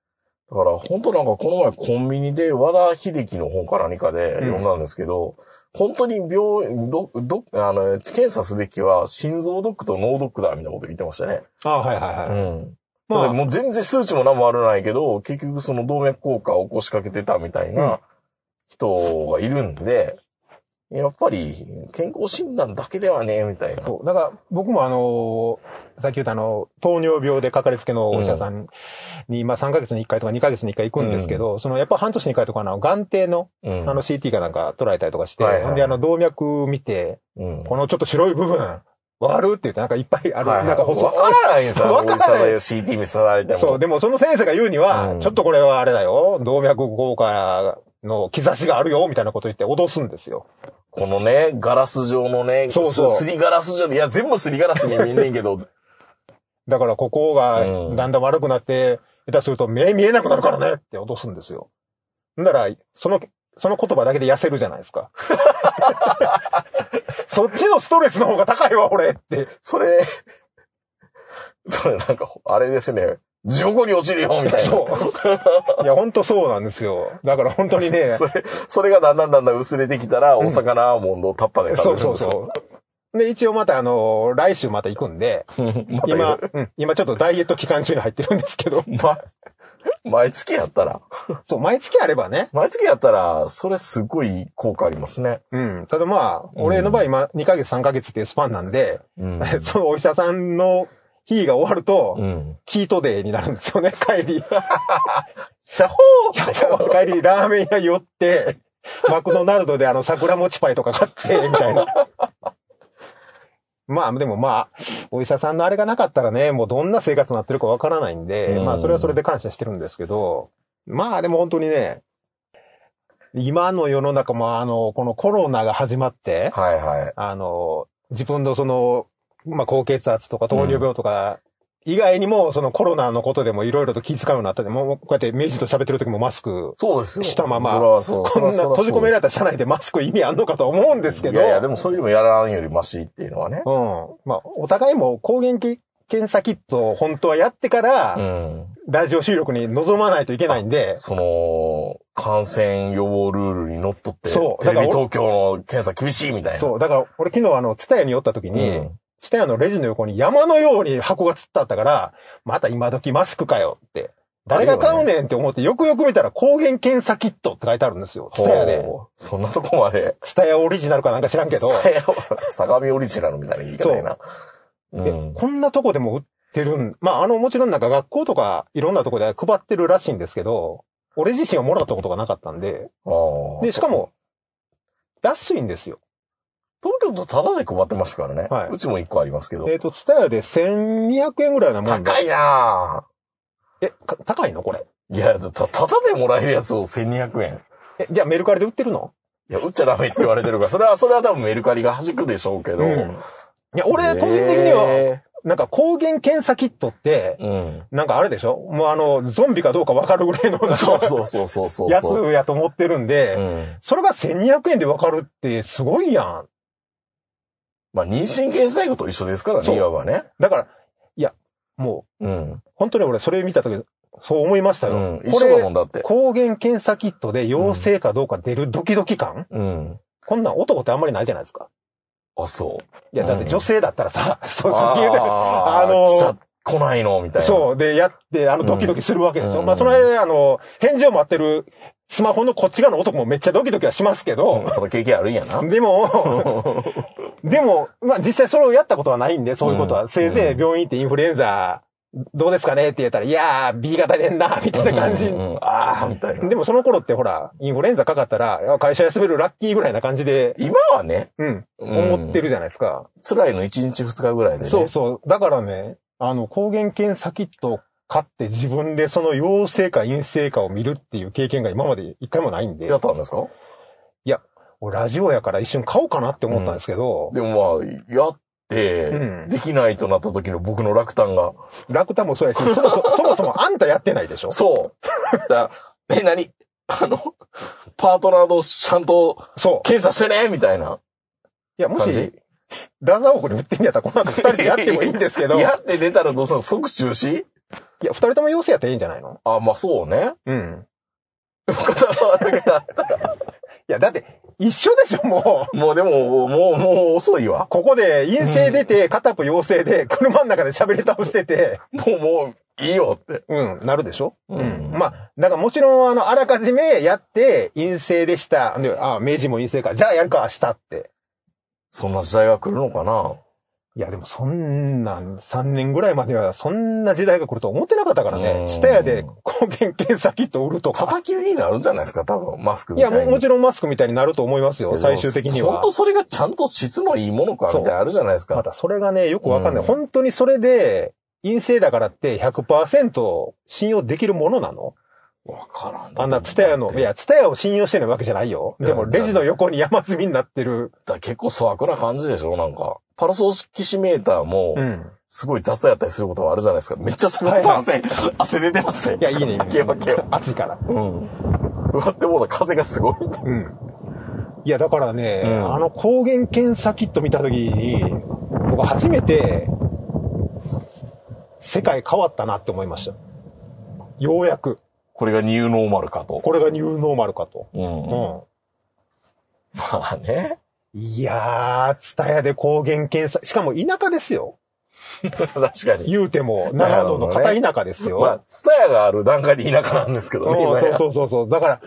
[SPEAKER 3] だから、本当なんかこの前コンビニで和田秀樹の本か何かで
[SPEAKER 4] うん
[SPEAKER 3] 読んだんですけど、本当に病院、ど、ど、あの、検査すべきは心臓ドックと脳ドックだ、みたいなこと言ってましたね。
[SPEAKER 4] あはいはいはい。
[SPEAKER 3] ん。ま
[SPEAKER 4] ま
[SPEAKER 3] あ、
[SPEAKER 4] あ、
[SPEAKER 3] もう全然数値も何も悪ないけど、結局その動脈硬化を起こしかけてたみたいな人がいるんで、やっぱり健康診断だけではね、みたいな。
[SPEAKER 4] そう。だから、僕もあのーさっき言ったあの、糖尿病でかかりつけのお医者さんに、まあ3ヶ月に1回とか2ヶ月に1回行くんですけど、そのやっぱ半年に1回とかあの、眼底の
[SPEAKER 3] うん
[SPEAKER 4] あの CT かなんか捉えたりとかして、
[SPEAKER 3] はいはいはい
[SPEAKER 4] で、あの動脈見て、
[SPEAKER 3] うん。
[SPEAKER 4] このちょっと白い部分、割るって言ってなんかいっぱいある、
[SPEAKER 3] はいはい
[SPEAKER 4] なんか細
[SPEAKER 3] わからないんですよ。
[SPEAKER 4] わからない
[SPEAKER 3] お医者さんで CT 見せられても。
[SPEAKER 4] そう、でもその先生が言うには、
[SPEAKER 3] うん
[SPEAKER 4] ちょっとこれはあれだよ、動脈硬化の兆しがあるよ、みたいなこと言って脅すんですよ。
[SPEAKER 3] このね、ガラス状のね、
[SPEAKER 4] そうそう
[SPEAKER 3] すすりガラス状の、いや、全部すりガラスに見えんねん けど、
[SPEAKER 4] だからここ
[SPEAKER 3] う
[SPEAKER 4] が
[SPEAKER 3] ん
[SPEAKER 4] だんだん悪くなって、下手すると目見えなくなるからねって脅すんですよ。なら、その、その言葉だけで痩せるじゃないですか。 そっちのストレスの方が高いわ、俺って。
[SPEAKER 3] それ、それなんか、あれですね、地獄に落ちるよ、みたいな。
[SPEAKER 4] そう。いや、本当そうなんですよ。だから本当にね、
[SPEAKER 3] それ、それがだんだんだんだん薄れてきたら、お魚アーモンドをタッパで
[SPEAKER 4] そ
[SPEAKER 3] 食
[SPEAKER 4] う
[SPEAKER 3] べる
[SPEAKER 4] そ
[SPEAKER 3] ん
[SPEAKER 4] う
[SPEAKER 3] ですよ。
[SPEAKER 4] そう。で、一応またあの、来週また行くんで、
[SPEAKER 3] また言う
[SPEAKER 4] 今、うん今ちょっとダイエット期間中に入ってるんですけど、
[SPEAKER 3] ま、毎月やったら、
[SPEAKER 4] そう、毎月あればね、
[SPEAKER 3] 毎月やったら、それすごい効果ありますね。
[SPEAKER 4] うん。ただまあ、俺の場合今、2ヶ月3ヶ月っていうスパンなんで、
[SPEAKER 3] うん。
[SPEAKER 4] そのお医者さんの日が終わると、
[SPEAKER 3] うん。
[SPEAKER 4] チートデーになるんですよね、 帰り。
[SPEAKER 3] ひゃほー
[SPEAKER 4] 帰り、ラーメン屋寄って、 マクドナルドであの、桜餅パイとか買って、みたいな。 まあ、でもまあ、お医者さんのあれがなかったらね、もうどんな生活になってるかわからないんで、
[SPEAKER 3] うん
[SPEAKER 4] まあ、それはそれで感謝してるんですけど、まあ、でも本当にね、今の世の中も、あの、このコロナが始まって、
[SPEAKER 3] はいはい。
[SPEAKER 4] あの、自分のその、まあ、高血圧とか糖尿病とか、以外にも、そのコロナのことでもいろいろと気遣うようになったんで、もうこうやって明治と喋ってる時もマスク、
[SPEAKER 3] そうですよ。
[SPEAKER 4] したまま
[SPEAKER 3] それはそう。
[SPEAKER 4] こんな
[SPEAKER 3] それはそ
[SPEAKER 4] 閉
[SPEAKER 3] う
[SPEAKER 4] じ込められた車内でマスク意味あんのかと思うんですけど、
[SPEAKER 3] いやいや、でもそれでもやらんよりマシっていうのはね。
[SPEAKER 4] うん。まあ、お互いも抗原検査キットを本当はやってから、
[SPEAKER 3] うん。
[SPEAKER 4] ラジオ収録に臨まないといけないんで、
[SPEAKER 3] その、感染予防ルールにのっとって、
[SPEAKER 4] そう
[SPEAKER 3] テレビ
[SPEAKER 4] だから
[SPEAKER 3] 東京の検査厳しいみたいな。
[SPEAKER 4] そう、だから俺昨日あの、ツタヤに寄った時
[SPEAKER 3] うん。
[SPEAKER 4] に、ツタヤのレジの横に山のように箱がつってあったから、また今時マスクかよって。誰が買うねんって思って、よくよく見たら抗原検査キットって書いてあるんですよ。ツ
[SPEAKER 3] ほう
[SPEAKER 4] タヤで。
[SPEAKER 3] そんなとこまで。
[SPEAKER 4] ツタヤオリジナルかなんか知らんけど、
[SPEAKER 3] さや相模オリジナルみたいな言い方やな。う
[SPEAKER 4] で
[SPEAKER 3] ん。
[SPEAKER 4] こんなとこでも売ってるん、まああの、もちろんなんか学校とかいろんなとこで配ってるらしいんですけど、俺自身はもらったことがなかったんで、
[SPEAKER 3] ああ
[SPEAKER 4] で、しかも、安いんですよ。
[SPEAKER 3] 東京都タダで配ってましたからね。
[SPEAKER 4] はいう
[SPEAKER 3] ちも一個ありますけど
[SPEAKER 4] えっ、。と、ツタヤで1200円ぐらいなもんで
[SPEAKER 3] 高いな
[SPEAKER 4] え、か高いのこれ。
[SPEAKER 3] ぁ。いや、た、ただでもらえるやつを1200円。
[SPEAKER 4] え、じゃあメルカリで売ってるの
[SPEAKER 3] いや、売っちゃダメって言われてるから、それは、それは多分メルカリが弾くでしょうけど。
[SPEAKER 4] うんいや、俺、個人的には、
[SPEAKER 3] え
[SPEAKER 4] なんか抗原検査キットって、
[SPEAKER 3] ーうん。
[SPEAKER 4] なんかあれでしょもうあの、ゾンビかどうかわかるぐらいのなん
[SPEAKER 3] そう
[SPEAKER 4] か
[SPEAKER 3] そうそうそう そ う。
[SPEAKER 4] やつやと思ってるんで、
[SPEAKER 3] うん。
[SPEAKER 4] それが1200円でわかるってすごいやん。
[SPEAKER 3] まあ、妊娠検査薬と一緒ですから
[SPEAKER 4] そう
[SPEAKER 3] ね、いわばね。
[SPEAKER 4] だから、いや、もう、
[SPEAKER 3] うん。
[SPEAKER 4] 本当に俺それ見たとき、そう思いました
[SPEAKER 3] う
[SPEAKER 4] よ。
[SPEAKER 3] ん。一
[SPEAKER 4] こ
[SPEAKER 3] 緒だも
[SPEAKER 4] れ、
[SPEAKER 3] んだって。
[SPEAKER 4] 抗原検査キットで陽性かどうか出るドキドキ感、
[SPEAKER 3] うん。
[SPEAKER 4] こんなん男ってあんまりないじゃないですか。
[SPEAKER 3] あ、そう。
[SPEAKER 4] いや、だって女性だったらさ、そう、さっき言うたよ
[SPEAKER 3] あ
[SPEAKER 4] あのー
[SPEAKER 3] 来ちゃ、来ないのみたいな。
[SPEAKER 4] そう。で、やって、あの、ドキドキするわけでしょ。
[SPEAKER 3] うん
[SPEAKER 4] まあ、その間ね、あの、返事を待ってる、スマホのこっち側の男もめっちゃドキドキはしますけ
[SPEAKER 3] うん。
[SPEAKER 4] ど、
[SPEAKER 3] その経験あるん やな。
[SPEAKER 4] でも、 でも、まあ、実際それをやったことはないんで、そういうことは。
[SPEAKER 3] うん
[SPEAKER 4] せいぜい病院行ってインフルエンザ、どうですかねって言ったら、いやー、B 型でんな、みたいな感じ
[SPEAKER 3] う。んうんああ、みたいな。
[SPEAKER 4] でもその頃ってほら、インフルエンザかかったら、いや会社休めるラッキーぐらいな感じで、
[SPEAKER 3] 今はね、
[SPEAKER 4] うん、
[SPEAKER 3] うん
[SPEAKER 4] 思ってるじゃないですか。
[SPEAKER 3] 辛いの1日2日ぐらいでね。
[SPEAKER 4] そうそう。だからね、あの、抗原検査キットを買って自分でその陽性か陰性かを見るっていう経験が今まで一回もないんで
[SPEAKER 3] や、ったんですか
[SPEAKER 4] 俺ラジオやから一瞬買おうかなって思ったんですけど、
[SPEAKER 3] でもまあ、やっ
[SPEAKER 4] う
[SPEAKER 3] て、
[SPEAKER 4] ん。
[SPEAKER 3] できないとなった時の僕の落胆が、
[SPEAKER 4] 楽天もそうやし、そもそ も、そもそもあんたやってないでしょ
[SPEAKER 3] そう。だ え、何あの、パートナーとちゃんと
[SPEAKER 4] そう。
[SPEAKER 3] 検査してねみたいな。
[SPEAKER 4] いや、も
[SPEAKER 3] 感
[SPEAKER 4] し
[SPEAKER 3] じ、
[SPEAKER 4] ラザオクに売ってんやったらこの後二人でやってもいいんですけど、いや、
[SPEAKER 3] やって出たらどうするの即中止
[SPEAKER 4] 二人とも陽性やったらいいんじゃないの
[SPEAKER 3] あ、まあそうね。
[SPEAKER 4] うん。
[SPEAKER 3] 片側だけだ
[SPEAKER 4] いや、だって、一緒でしょ、もう。
[SPEAKER 3] もうでも、もう、もう遅いわ。
[SPEAKER 4] ここで陰性出て、片っぽ陽性で、車の中で喋り倒してて、
[SPEAKER 3] もう、もう、いいよって。
[SPEAKER 4] うん、なるでしょ
[SPEAKER 3] うん
[SPEAKER 4] まあ、だからもちろん、あの、あらかじめやって、陰性でした。で、あ、明治も陰性か。じゃあやるか、明日って。
[SPEAKER 3] そんな時代が来るのかない
[SPEAKER 4] や、でもそんなん、3年ぐらいまでは、そんな時代が来ると思ってなかったから
[SPEAKER 3] う
[SPEAKER 4] ね
[SPEAKER 3] ん。
[SPEAKER 4] ツタヤで抗原検査キット売るとか。
[SPEAKER 3] 叩き売りになるんじゃないですか多分、マスク
[SPEAKER 4] い
[SPEAKER 3] みた
[SPEAKER 4] や
[SPEAKER 3] いに。
[SPEAKER 4] も、もちろんマスクみたいになると思いますよ、最終的には
[SPEAKER 3] 本。当それがちゃんと質のいいものか、みたいなのあるじゃないです
[SPEAKER 4] ま
[SPEAKER 3] か。
[SPEAKER 4] たそれがね、よくわかんない。
[SPEAKER 3] うん
[SPEAKER 4] 本当にそれで、陰性だからって100%信用できるものなの
[SPEAKER 3] わからん。
[SPEAKER 4] あんなツタヤの、い
[SPEAKER 3] いや、
[SPEAKER 4] や、ツタヤを信用してないわけじゃないよ。でも、
[SPEAKER 3] いや
[SPEAKER 4] レジの横に山積みになってる。
[SPEAKER 3] だから結構粗悪な感じでしょなんか。パルソ式シメーターも、
[SPEAKER 4] うん。
[SPEAKER 3] すごい雑やったりすることはあるじゃないですか。めっちゃすごい
[SPEAKER 4] はいはい
[SPEAKER 3] 汗、汗出てますね。
[SPEAKER 4] いや、いい ね。いいね
[SPEAKER 3] 開けよう開けよ
[SPEAKER 4] 暑いから。
[SPEAKER 3] う。うん。うわってもうた風がすごい。
[SPEAKER 4] うん。いや、だからね、
[SPEAKER 3] うん
[SPEAKER 4] あの抗原検査キット見たときに、僕初めて、世界変わったなって思いました。ようやく。
[SPEAKER 3] これがニューノーマルかと。
[SPEAKER 4] これがニューノーマルかと。
[SPEAKER 3] うん。
[SPEAKER 4] うん。
[SPEAKER 3] まあね。
[SPEAKER 4] いやー、ツタヤで抗原検査。しかも田舎ですよ。
[SPEAKER 3] 確かに。
[SPEAKER 4] 言うても、
[SPEAKER 3] なる
[SPEAKER 4] 長
[SPEAKER 3] ほ
[SPEAKER 4] 野
[SPEAKER 3] ど
[SPEAKER 4] の
[SPEAKER 3] ね
[SPEAKER 4] 片田舎ですよ。
[SPEAKER 3] まあ、ツタヤがある段階で田舎なんですけどね、
[SPEAKER 4] うん
[SPEAKER 3] 今
[SPEAKER 4] そう
[SPEAKER 3] や。
[SPEAKER 4] そうそうそう。だから、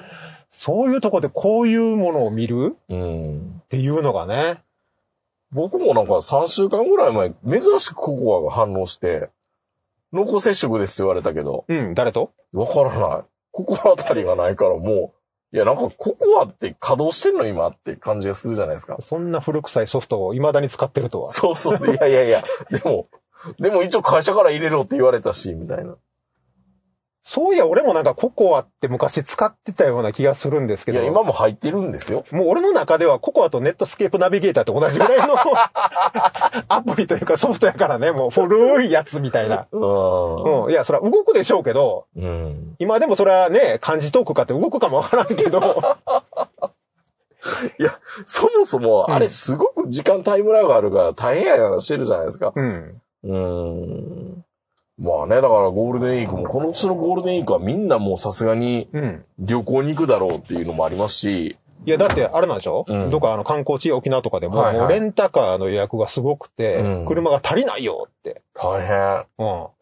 [SPEAKER 4] そういうとこでこういうものを見る
[SPEAKER 3] うん。
[SPEAKER 4] っていうのがね。
[SPEAKER 3] 僕もなんか3週間ぐらい前、珍しくココアが反応して、濃厚接触ですって言われたけど、
[SPEAKER 4] うん、誰と
[SPEAKER 3] わからない。ココアあたりがないからもう、いやなんかココアって稼働してんの今って感じがするじゃないですか。
[SPEAKER 4] そんな古臭いソフトを未だに使ってるとは。
[SPEAKER 3] そうそう。 いやいやいや、でも、でも一応会社から入れろって言われたし、みたいな。
[SPEAKER 4] そういや、俺もなんかココアって昔使ってたような気がするんですけ
[SPEAKER 3] い
[SPEAKER 4] ど。
[SPEAKER 3] や、今も入ってるんですよ。
[SPEAKER 4] もう俺の中ではココアとネットスケープナビゲーターって同じぐらいのアプリというかソフトやからね、もう古いやつみたいな。
[SPEAKER 3] う
[SPEAKER 4] うん。いや、そら動くでしょうけど、
[SPEAKER 3] ん。うん。
[SPEAKER 4] 今でもそれはね、漢字トークかって動くかもわからんけ ど、
[SPEAKER 3] いや、そもそも、あれすごく時間タイムラグあるから大変やからしてるじゃないですか。
[SPEAKER 4] うん。
[SPEAKER 3] うん。まあね、だからゴールデンウィークも、この年のゴールデンウィークはみんなもうさすがに
[SPEAKER 4] うん。
[SPEAKER 3] 旅行に行くだろうっていうのもありますし、
[SPEAKER 4] いや、だってあれなんでしょ、
[SPEAKER 3] うん
[SPEAKER 4] どっかあの観光地沖縄とかでも、
[SPEAKER 3] はいはい
[SPEAKER 4] もうレンタカーの予約がすごくて、
[SPEAKER 3] うん
[SPEAKER 4] 車が足りないよって。
[SPEAKER 3] 大変。
[SPEAKER 4] うん。も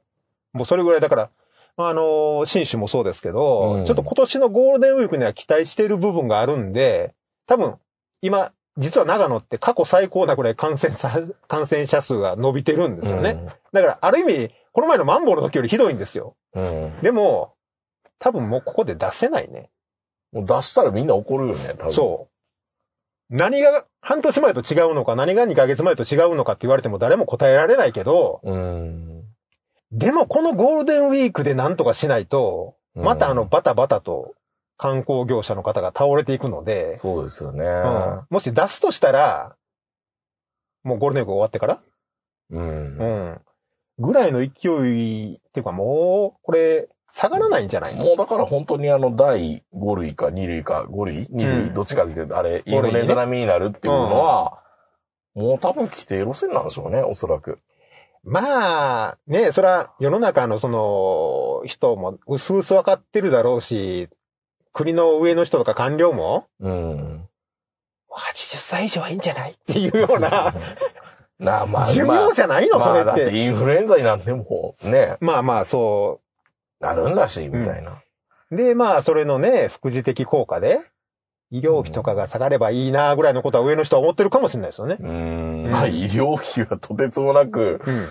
[SPEAKER 4] うそれぐらいだから、あのー、新種もそうですけど、
[SPEAKER 3] うん
[SPEAKER 4] ちょっと今年のゴールデンウィークには期待している部分があるんで、多分、今、実は長野って過去最高なくらい感染さ、 感染者数が伸びてるんですよね。だから、ある意味、この前のマンボウの時よりひどいんですよ。
[SPEAKER 3] うん。うん。
[SPEAKER 4] でも、多分もうここで出せないね。
[SPEAKER 3] もう出したらみんな怒るよね、多分。
[SPEAKER 4] そう。何が半年前と違うのか、何が2ヶ月前と違うのかって言われても誰も答えられないけど、
[SPEAKER 3] う。うん。
[SPEAKER 4] でもこのゴールデンウィークで何とかしないと、
[SPEAKER 3] うん
[SPEAKER 4] またあのバタバタと観光業者の方が倒れていくので、
[SPEAKER 3] そうですよね。
[SPEAKER 4] うんもし出すとしたら、もうゴールデンウィーク終わってから
[SPEAKER 3] うん
[SPEAKER 4] う。ん。ぐらいの勢いっていうかもう、これ、下がらないんじゃないの
[SPEAKER 3] もうだから本当にあの、第5類か2類か5類 ?2 類、
[SPEAKER 4] うん
[SPEAKER 3] どっちかっていうと、あれ、イ
[SPEAKER 4] 類
[SPEAKER 3] ン
[SPEAKER 4] ね
[SPEAKER 3] フルエンザ並みになるっていうのは、もう多分規定路線なんでしょうね、おそらく。
[SPEAKER 4] まあ、ねそら、世の中のその、人も薄々分かってるだろうし、国の上の人とか官僚も、
[SPEAKER 3] うん。
[SPEAKER 4] 80歳以上はいいんじゃないっていう ような、
[SPEAKER 3] なあ、まあ、
[SPEAKER 4] 寿
[SPEAKER 3] まあ
[SPEAKER 4] 命じゃないの、
[SPEAKER 3] まあ、
[SPEAKER 4] そ
[SPEAKER 3] だっ
[SPEAKER 4] れってて。
[SPEAKER 3] インフルエンザになっても、ね、
[SPEAKER 4] まあまあ、そう、
[SPEAKER 3] なるんだし、みたいな。
[SPEAKER 4] で、まあ、それのね、副次的効果で、医療費とかが下がればいいな、ぐらいのことは上の人は思ってるかもしれないですよね。
[SPEAKER 3] うん。
[SPEAKER 4] うん
[SPEAKER 3] まあ、医療費はとてつもなく、
[SPEAKER 4] うん。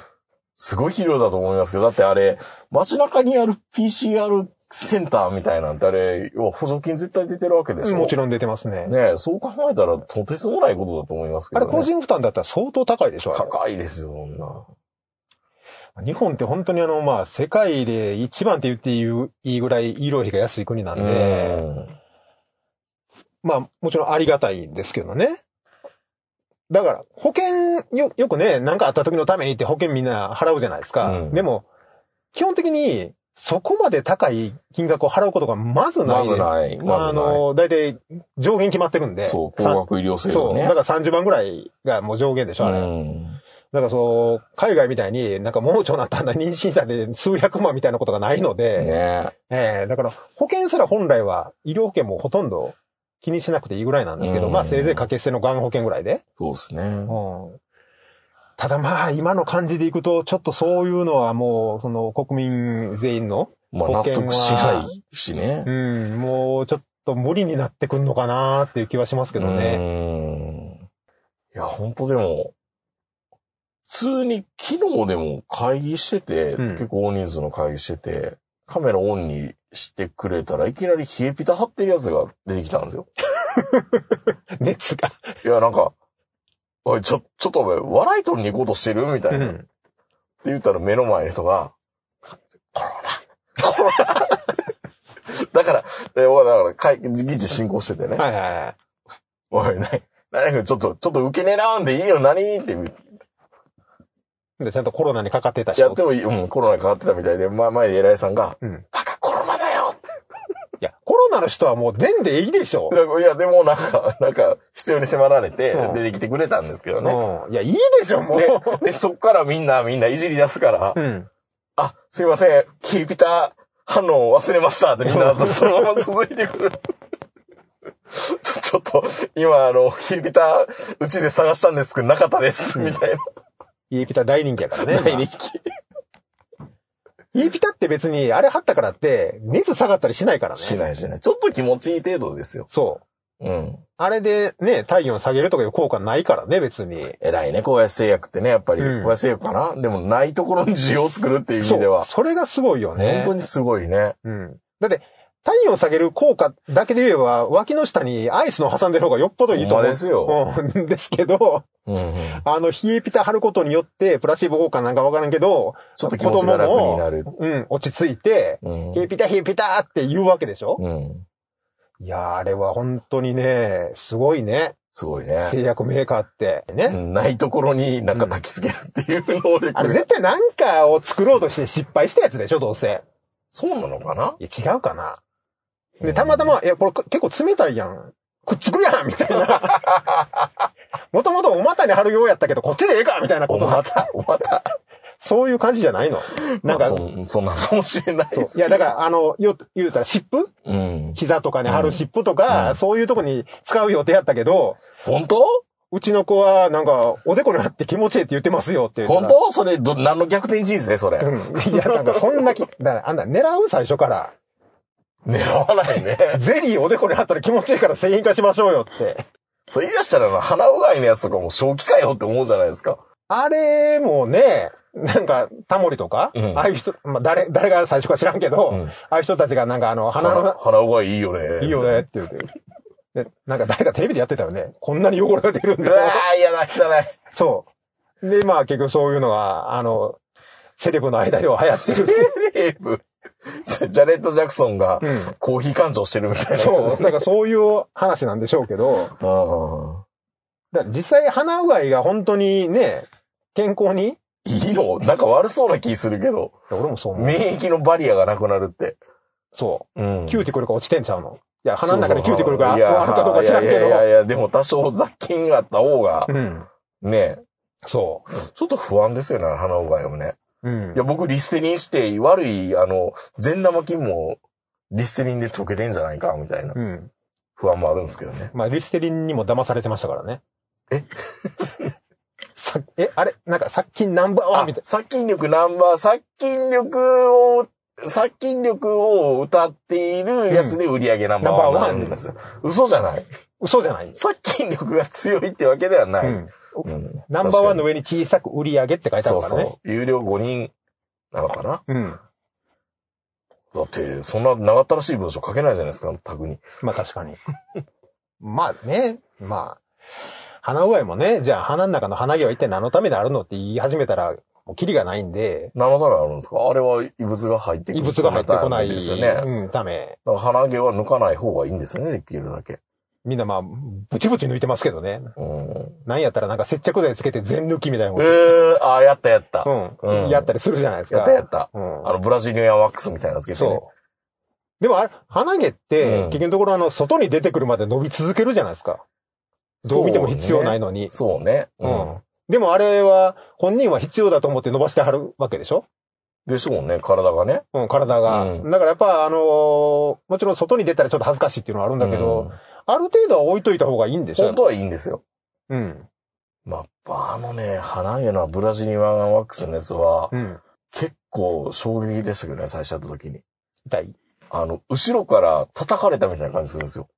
[SPEAKER 3] すごい肥料だと思いますけど、だってあれ、街中にある PCR センターみたいなんてあれ、要は補助金絶対出てるわけでしょ
[SPEAKER 4] もちろん出てますね。
[SPEAKER 3] ねえ、そう考えたらとてつもないことだと思いますけ
[SPEAKER 4] あ
[SPEAKER 3] ど、
[SPEAKER 4] れ、
[SPEAKER 3] ね。
[SPEAKER 4] 個人負担だったら相当高いでしょ、あれ
[SPEAKER 3] 高いですよ、そんな。
[SPEAKER 4] 日本って本当にあの、まあ、世界で一番って言っていいぐらい医療費が安い国なんで、まあ、もちろんありがたいんですけどね。だから、保険、よ、よくね、なんかあった時のためにって保険みんな払うじゃないですか。
[SPEAKER 3] うん
[SPEAKER 4] でも、基本的に、そこまで高い金額を払うことがまず
[SPEAKER 3] うん
[SPEAKER 4] ない
[SPEAKER 3] ま
[SPEAKER 4] です
[SPEAKER 3] ずない。まずない。
[SPEAKER 4] あの、大体上限決まってるんで。
[SPEAKER 3] そう、
[SPEAKER 4] さん
[SPEAKER 3] 高額医療制
[SPEAKER 4] そ
[SPEAKER 3] 度
[SPEAKER 4] う。
[SPEAKER 3] ね。
[SPEAKER 4] だから30万ぐらいがもう上限でしょ、あれ。
[SPEAKER 3] うん
[SPEAKER 4] だからそう、海外みたいになんか盲腸になったんだ、妊娠したんで数百万みたいなことがないので、
[SPEAKER 3] ね
[SPEAKER 4] ええだから保険すら本来は医療保険もほとんど気にしなくていいぐらいなんですけど、
[SPEAKER 3] うん
[SPEAKER 4] まあせいぜい掛け捨てのがん保険ぐらいで。
[SPEAKER 3] そうですね。
[SPEAKER 4] うんただまあ今の感じでいくと、ちょっとそういうのはもう、その国民全員の、
[SPEAKER 3] まあ
[SPEAKER 4] 保
[SPEAKER 3] 納
[SPEAKER 4] 険は
[SPEAKER 3] 得しないしね。
[SPEAKER 4] うん、もうちょっと無理になってくんのかなっていう気はしますけどね。
[SPEAKER 3] うんいや、本当でも、普通に昨日でも会議してて、
[SPEAKER 4] うん
[SPEAKER 3] 結構大人数の会議してて、カメラオンにしてくれたらいきなり冷えピタ張ってるやつが出てきたんですよ。
[SPEAKER 4] 熱が。
[SPEAKER 3] いや、なんか、おい、ちょ、ちょっとお前、笑い取りに行こうとしてるみたいな。って言ったら目の前の人が、コロナコロナだから、え、おい、だから、会議事進行しててね。
[SPEAKER 4] はいはいはい。
[SPEAKER 3] おい、な、なに、ちょっと、ちょっと受け狙うんでいいよ、何って
[SPEAKER 4] で、ちゃんとコロナにかかってた人。
[SPEAKER 3] やってもいい、うん、コロナにかかってたみたいで、ま、前で偉いさんが、
[SPEAKER 4] うん
[SPEAKER 3] バカコロナだよって。
[SPEAKER 4] いや、コロナの人はもう出んでいいでしょ。
[SPEAKER 3] なんかいや、でもなんか、なんか、必要に迫られて
[SPEAKER 4] うん、
[SPEAKER 3] 出てきてくれたんですけどね。
[SPEAKER 4] うん。いや、いいでしょ、もう。
[SPEAKER 3] でで、そっからみんな、みんないじり出すから、
[SPEAKER 4] うん。
[SPEAKER 3] あ、すいません、キーピタ反応を忘れましたってみんな、そのまま続いてくる。ちょ、ちょっと、今、あの、キーピタ、うちで探したんですけど、なかったです、みたい
[SPEAKER 4] イーピタ大人気やからね。
[SPEAKER 3] な。大人気。
[SPEAKER 4] イーピタって別に、あれ貼ったからって、熱下がったりしないからね。
[SPEAKER 3] し
[SPEAKER 4] い。
[SPEAKER 3] ないしない。ちょっと気持ちいい程度ですよ。
[SPEAKER 4] そう。
[SPEAKER 3] うん。
[SPEAKER 4] あれでね、体温下げるとかいう効果ないからね、別に。
[SPEAKER 3] 偉いね、小林製薬ってね、やっぱり。
[SPEAKER 4] うん
[SPEAKER 3] 小林製薬かなでも、ないところに需要を作るっていう意
[SPEAKER 4] そ
[SPEAKER 3] 味で
[SPEAKER 4] う。
[SPEAKER 3] は。
[SPEAKER 4] それがすごいよね。
[SPEAKER 3] 本当にすごいね。
[SPEAKER 4] うん。だって、体温下げる効果だけで言えば、脇の下にアイスの挟んでる方がよっぽどいいと思う。
[SPEAKER 3] ほんまですよ
[SPEAKER 4] うん。ですけど、
[SPEAKER 3] うんうん
[SPEAKER 4] あの、冷えピタ貼ることによって、プラシーボ効果なんかわからんけど、
[SPEAKER 3] ちょっと気持ちが楽になる。
[SPEAKER 4] うん、落ち着いて、
[SPEAKER 3] うん
[SPEAKER 4] 冷えピタ冷えピタって言うわけでしょ、
[SPEAKER 3] うん。
[SPEAKER 4] いやー、あれは本当にね、すごいね。
[SPEAKER 3] すごいね。
[SPEAKER 4] 製薬メーカーって。ね。
[SPEAKER 3] うんないところになんか焚きつけるっていう能力
[SPEAKER 4] あれ
[SPEAKER 3] が。
[SPEAKER 4] 絶対なんかを作ろうとして失敗したやつでしょ、どうせ。
[SPEAKER 3] そうなのかない
[SPEAKER 4] や、違うかな。で、たまたま、いや、これか結構冷たいやん。くっつくやんみたいな。もともとお股に貼るようやったけど、こっちでええかみたいなこ
[SPEAKER 3] お
[SPEAKER 4] と
[SPEAKER 3] また、おまた。
[SPEAKER 4] そういう感じじゃないの。なんか、
[SPEAKER 3] まあそん、そんなのかもしれない
[SPEAKER 4] そう
[SPEAKER 3] で
[SPEAKER 4] い
[SPEAKER 3] す。
[SPEAKER 4] や、だから、あの、よ、言うたら、湿布
[SPEAKER 3] うん。
[SPEAKER 4] 膝とかに貼る湿布と
[SPEAKER 3] うんう
[SPEAKER 4] か、
[SPEAKER 3] ん
[SPEAKER 4] そういうとこに使う予定やったけど、
[SPEAKER 3] 本当
[SPEAKER 4] うちの子は、なんか、おでこに貼って気持ちいいって言ってますよって言うから
[SPEAKER 3] 本当それ、ど、何の逆転事実ね、それ。
[SPEAKER 4] うん。いや、なんか、そんなき、だから、あんな、狙う最初から。
[SPEAKER 3] 狙わないね。
[SPEAKER 4] ゼリーおでこに貼ったら気持ちいいから製品化しましょうよって。
[SPEAKER 3] それ言い出したら、鼻うがいのやつとかも正気かよって思うじゃないですか。
[SPEAKER 4] あれもね、なんか、タモリとか、
[SPEAKER 3] うん
[SPEAKER 4] ああいう人、まあ、誰、誰が最初か知らんけど、
[SPEAKER 3] うん
[SPEAKER 4] ああいう人たちがなんかあの、鼻の、
[SPEAKER 3] 鼻うがいいいよね。
[SPEAKER 4] いいよねって言うて。で、なんか誰かテレビでやってたよね。こんなに汚れが出るん
[SPEAKER 3] う
[SPEAKER 4] だ
[SPEAKER 3] わ
[SPEAKER 4] よ。
[SPEAKER 3] ー、嫌だ、汚い。
[SPEAKER 4] そう。で、まあ結局そういうのが、あの、セレブの間では流行って
[SPEAKER 3] セ
[SPEAKER 4] る。
[SPEAKER 3] レブ。ジャレット・ジャクソンが
[SPEAKER 4] うん
[SPEAKER 3] コーヒー感情してるみたいな。
[SPEAKER 4] そう、なんかそういう話なんでしょうけど、
[SPEAKER 3] あ
[SPEAKER 4] だから実際鼻うがいが本当にね、健康に
[SPEAKER 3] あいいのなんか悪そうな気するけど。
[SPEAKER 4] 俺もそう思う。
[SPEAKER 3] 免疫のバリアがなくなるって。
[SPEAKER 4] そうう。
[SPEAKER 3] ん
[SPEAKER 4] キューティクルが落ちてんちゃうの。いや、鼻の中にキューティクルが
[SPEAKER 3] いや
[SPEAKER 4] あるかどうか知らんけど。
[SPEAKER 3] いやいやいや、でも多少雑菌があった方が、
[SPEAKER 4] うん。
[SPEAKER 3] ね、
[SPEAKER 4] そ
[SPEAKER 3] ちょっと不安ですよね、鼻うがいもね。
[SPEAKER 4] う。うん
[SPEAKER 3] いや、。僕リステリンして、悪い、あの、善玉菌もリステリンで溶けてんじゃないか、みたいな
[SPEAKER 4] うん。
[SPEAKER 3] 不安もあるんですけどね。
[SPEAKER 4] まあ、リステリンにも騙されてましたからね。
[SPEAKER 3] え
[SPEAKER 4] さ、え、あれなんか殺菌ナンバーワンみたい
[SPEAKER 3] 殺菌力ナンバー、殺菌力を、殺菌力を歌っているやつで売り上げナンバーワン
[SPEAKER 4] ナンバーワン
[SPEAKER 3] なんですよ。嘘じゃない。
[SPEAKER 4] な。嘘じゃない、
[SPEAKER 3] 殺菌力が強いってわけではない。
[SPEAKER 4] うん。
[SPEAKER 3] うん
[SPEAKER 4] ナンバーワンの上に小さく売り上げって書いてあ
[SPEAKER 3] そ
[SPEAKER 4] る
[SPEAKER 3] う
[SPEAKER 4] からね。
[SPEAKER 3] そう。有料5人なのかな
[SPEAKER 4] うん。
[SPEAKER 3] だって、そんな長ったらしい文章書けないじゃないですか、タグに。
[SPEAKER 4] まあ確かに。まあね、まあ。鼻うがいもね、じゃあ鼻の中の鼻毛は一体何のためであるのって言い始めたら、もうキリがないんで、
[SPEAKER 3] 7たらあるんですかあれは異物が入ってく
[SPEAKER 4] 異
[SPEAKER 3] る。
[SPEAKER 4] 物が入ってこない、
[SPEAKER 3] ですよね。だか
[SPEAKER 4] うん、ため。
[SPEAKER 3] ら鼻毛は抜かない方がいいんですよね、できるだけ。
[SPEAKER 4] みんなまあ、ブチブチ抜いてますけどね。
[SPEAKER 3] うん、
[SPEAKER 4] なんやったらなんか接着剤つけて全抜きみたいな
[SPEAKER 3] え
[SPEAKER 4] こと
[SPEAKER 3] ー、あーやったやった。
[SPEAKER 4] うん。
[SPEAKER 3] うん
[SPEAKER 4] やったりするじゃないですか。
[SPEAKER 3] やったやった。
[SPEAKER 4] うん。
[SPEAKER 3] あの、ブラジリアンワックスみたいなのつけてね。
[SPEAKER 4] そう。でもあれ、鼻毛って、
[SPEAKER 3] うん
[SPEAKER 4] 結局のところあの、外に出てくるまで伸び続けるじゃないですか。どう見ても必要ないのに。
[SPEAKER 3] そうね。
[SPEAKER 4] うん。でもあれは、本人は必要だと思って伸ばしてはるわけでしょ
[SPEAKER 3] でしょうね、体がね。
[SPEAKER 4] うん、体が。
[SPEAKER 3] うん
[SPEAKER 4] だからやっぱ、あのーもちろん外に出たらちょっと恥ずかしいっていうのはあるんだけど、ある程度は置いといた方がいいんでし
[SPEAKER 3] うん、
[SPEAKER 4] ょ
[SPEAKER 3] 本当はいいんですよ。
[SPEAKER 4] うん。
[SPEAKER 3] まあやっぱ、あのね、鼻毛のブラジリアンワックスのやつは、
[SPEAKER 4] うん。
[SPEAKER 3] 結構衝撃でしたけどね、最初やった時に。
[SPEAKER 4] 痛い。
[SPEAKER 3] あの、後ろから叩かれたみたいな感じするんで すよ。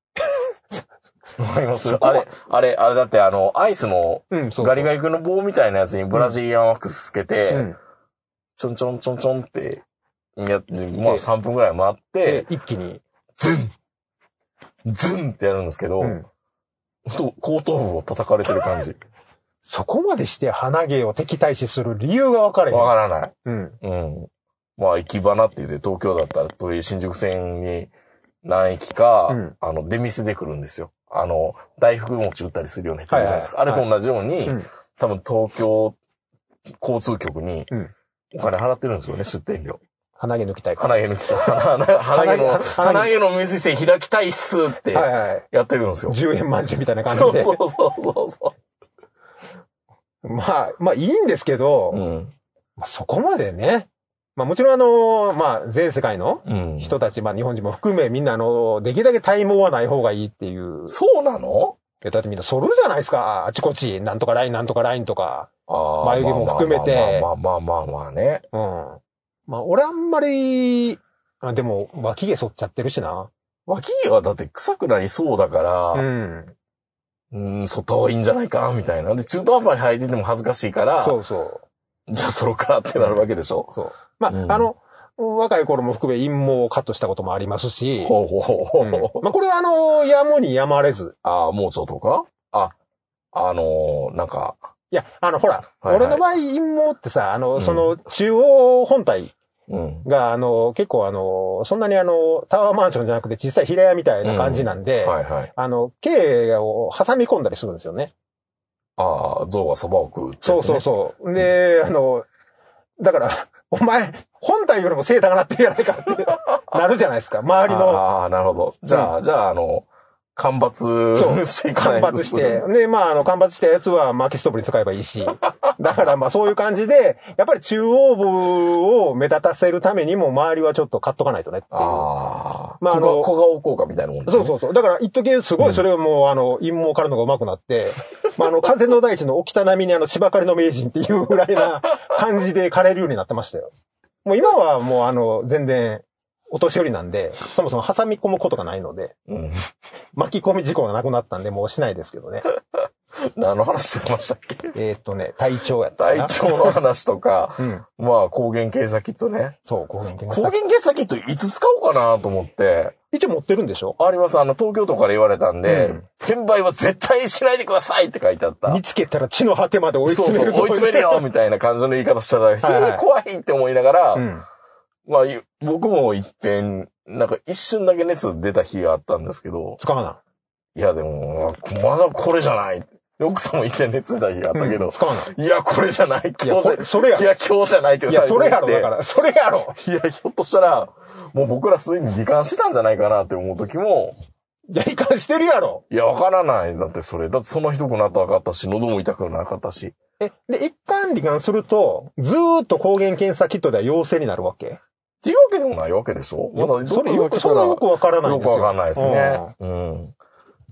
[SPEAKER 3] わかります
[SPEAKER 4] そこは
[SPEAKER 3] あれ、あれ、あれだってあの、アイスの
[SPEAKER 4] うん、そうそう。
[SPEAKER 3] ガリガリ君の棒みたいなやつにブラジリアンワックスつけて、
[SPEAKER 4] うん。
[SPEAKER 3] ちょんちょんちょんちょんって、やって、まあ3分ぐらい回って
[SPEAKER 4] で、、一気に。
[SPEAKER 3] ズンズンってやるんですけど、
[SPEAKER 4] うん。
[SPEAKER 3] ほんと後頭部を叩かれてる感じ。
[SPEAKER 4] そこまでして鼻毛を敵対視する理由が分かれへん。
[SPEAKER 3] わからない。
[SPEAKER 4] うん。
[SPEAKER 3] うん。まあ、行き場なって言って、東京だったら、鳥居新宿線に何駅か、
[SPEAKER 4] うん
[SPEAKER 3] あの、出店で来るんですよ。あの、大福餅売ったりするような人いるじゃないですか。
[SPEAKER 4] はいはいはい
[SPEAKER 3] あれと同じように、
[SPEAKER 4] うん
[SPEAKER 3] 多分東京交通局に
[SPEAKER 4] うん、
[SPEAKER 3] お金払ってるんですよね、出店料。
[SPEAKER 4] 鼻毛抜きたいから。
[SPEAKER 3] 花毛の人、花毛花毛の、
[SPEAKER 4] 花毛
[SPEAKER 3] 花毛の店開きたいっすって
[SPEAKER 4] はいはい。
[SPEAKER 3] やってるんですよ。
[SPEAKER 4] 10円満中みたいな感
[SPEAKER 3] そ
[SPEAKER 4] じ
[SPEAKER 3] う
[SPEAKER 4] で。
[SPEAKER 3] そうそうそうそ
[SPEAKER 4] まあ、まあいいんですけど、
[SPEAKER 3] う。うん。
[SPEAKER 4] まあそこまでね。まあもちろんあのーまあ全世界の
[SPEAKER 3] うん。
[SPEAKER 4] 人たち、まあ日本人も含めみんなあのーできるだけ体毛はない方がいいっていう。
[SPEAKER 3] そうなの
[SPEAKER 4] いやだってみんな揃うじゃないですか。あちこち、なんとかライン、なんとかラインとか。
[SPEAKER 3] あー
[SPEAKER 4] 眉毛も含めて
[SPEAKER 3] まあまあまあまあまあまあね。
[SPEAKER 4] うん。まあ俺あんまり、あでも脇毛剃っちゃってるしな。
[SPEAKER 3] 脇毛はだって臭くなりそうだから、
[SPEAKER 4] うん。
[SPEAKER 3] うん、外はいいんじゃないか、みたいな。で、中途半端に履いてても恥ずかしいから、
[SPEAKER 4] そうそう。
[SPEAKER 3] じゃあそろかってなるわけでしょ。
[SPEAKER 4] そう。まあ、
[SPEAKER 3] うん
[SPEAKER 4] あの、若い頃も含め陰謀をカットしたこともありますし、
[SPEAKER 3] ほうほうほうほう。
[SPEAKER 4] うんまあこれはあの、やむにやまれず。
[SPEAKER 3] ああ、もうちょっとかあ、あのーなんか、
[SPEAKER 4] いや、あの、ほら、
[SPEAKER 3] はいはい
[SPEAKER 4] 俺の場合陰謀ってさ、あ
[SPEAKER 3] う
[SPEAKER 4] の、
[SPEAKER 3] ん
[SPEAKER 4] その中央本体
[SPEAKER 3] うん。
[SPEAKER 4] が、あの、結構あの、そんなにあの、タワーマンションじゃなくて小さい平屋みたいな感じなんで、
[SPEAKER 3] はいはい。
[SPEAKER 4] あの、経営を挟み込んだりするんですよね。
[SPEAKER 3] ああ、象がそばを食うってやつね
[SPEAKER 4] そうそうそう。で、あの、だから、お前、本体よりも背高なってんやないか ってなるじゃないですか。周りの
[SPEAKER 3] ああ、なるほど。じゃあ、じゃあ、あの、干ばつ
[SPEAKER 4] そう
[SPEAKER 3] していかな
[SPEAKER 4] 間
[SPEAKER 3] いと
[SPEAKER 4] 伐して。で、まあ、あの、間伐したやつは薪ストーブに使えばいいし。 だから、まあ、そういう感じで、やっぱり中央部を目立たせるためにも、周りはちょっと買っとかないとねっていう。
[SPEAKER 3] ああ。
[SPEAKER 4] まあ
[SPEAKER 3] まあ、
[SPEAKER 4] あの
[SPEAKER 3] あの、小顔効果みたいなもんです
[SPEAKER 4] そう
[SPEAKER 3] ね。
[SPEAKER 4] そうそう。だから、一時すごいそれをもう、あの、陰謀からのが上手くな って、まあ、あの、完全の大地の沖田並みにあの、芝刈りの名人っていうぐらいな感じで枯れるようになってましたよ。もう今はもう、あの、全然、お年寄りなんで、そもそも挟み込むことがないので、
[SPEAKER 3] うん。
[SPEAKER 4] 巻き込み事故がなくなったんで、もうしないですけ どね。
[SPEAKER 3] 何の話してましたっけ
[SPEAKER 4] えーっとね、体調やったかな
[SPEAKER 3] 体。調の話とか、
[SPEAKER 4] うん。
[SPEAKER 3] まあ、抗原検査キットね。
[SPEAKER 4] そう、抗原検
[SPEAKER 3] 抗
[SPEAKER 4] 査
[SPEAKER 3] 原。検査キットいつ使おうかなと思って、
[SPEAKER 4] 一応持ってるんでしょ
[SPEAKER 3] あります。あの、東京都から言われたんで、
[SPEAKER 4] うん
[SPEAKER 3] 転売は絶対にしないでくださいって書いてあった
[SPEAKER 4] 見。つけたら地の果てまで追い
[SPEAKER 3] そう
[SPEAKER 4] 詰
[SPEAKER 3] そ
[SPEAKER 4] め
[SPEAKER 3] う、
[SPEAKER 4] る
[SPEAKER 3] 追い詰めるよみたいな感じの言い方したら、
[SPEAKER 4] はいはい
[SPEAKER 3] へえ怖いって思いながら、
[SPEAKER 4] うん。
[SPEAKER 3] まあ、い僕も一遍、なんか一瞬だけ熱出た日があったんですけど、
[SPEAKER 4] 使わない
[SPEAKER 3] やでも、まだこれじゃない。奥さんも一回熱出た日があっ
[SPEAKER 4] い。
[SPEAKER 3] たけど、
[SPEAKER 4] 使わない。
[SPEAKER 3] いや、これじゃない。
[SPEAKER 4] いや、
[SPEAKER 3] 今日
[SPEAKER 4] これそれや
[SPEAKER 3] じゃ、いや、今日じゃないって
[SPEAKER 4] ろ。い
[SPEAKER 3] 二
[SPEAKER 4] や、
[SPEAKER 3] 人
[SPEAKER 4] そ
[SPEAKER 3] で
[SPEAKER 4] れ
[SPEAKER 3] 言
[SPEAKER 4] や
[SPEAKER 3] っ
[SPEAKER 4] ろ、
[SPEAKER 3] て
[SPEAKER 4] だから。それやろ。
[SPEAKER 3] いや、ひょっとしたら、もう僕らすでに罹患してたんじゃないかなって思う時も、
[SPEAKER 4] いや、罹患してるやろ。
[SPEAKER 3] いや、わからない。だってそれ。だってそんなひどくなったらなかったし、喉も痛くなかったし。
[SPEAKER 4] え、で、一貫罹患すると、ずーっと抗原検査キットでは陽性になるわけ
[SPEAKER 3] っていうわけでもないわけでしょまだ
[SPEAKER 4] それ
[SPEAKER 3] ど
[SPEAKER 4] よ
[SPEAKER 3] っか
[SPEAKER 4] く、
[SPEAKER 3] 来た
[SPEAKER 4] それ
[SPEAKER 3] ら
[SPEAKER 4] よくわからないん
[SPEAKER 3] よ
[SPEAKER 4] で
[SPEAKER 3] く
[SPEAKER 4] すよ。
[SPEAKER 3] わかんないですね。うん。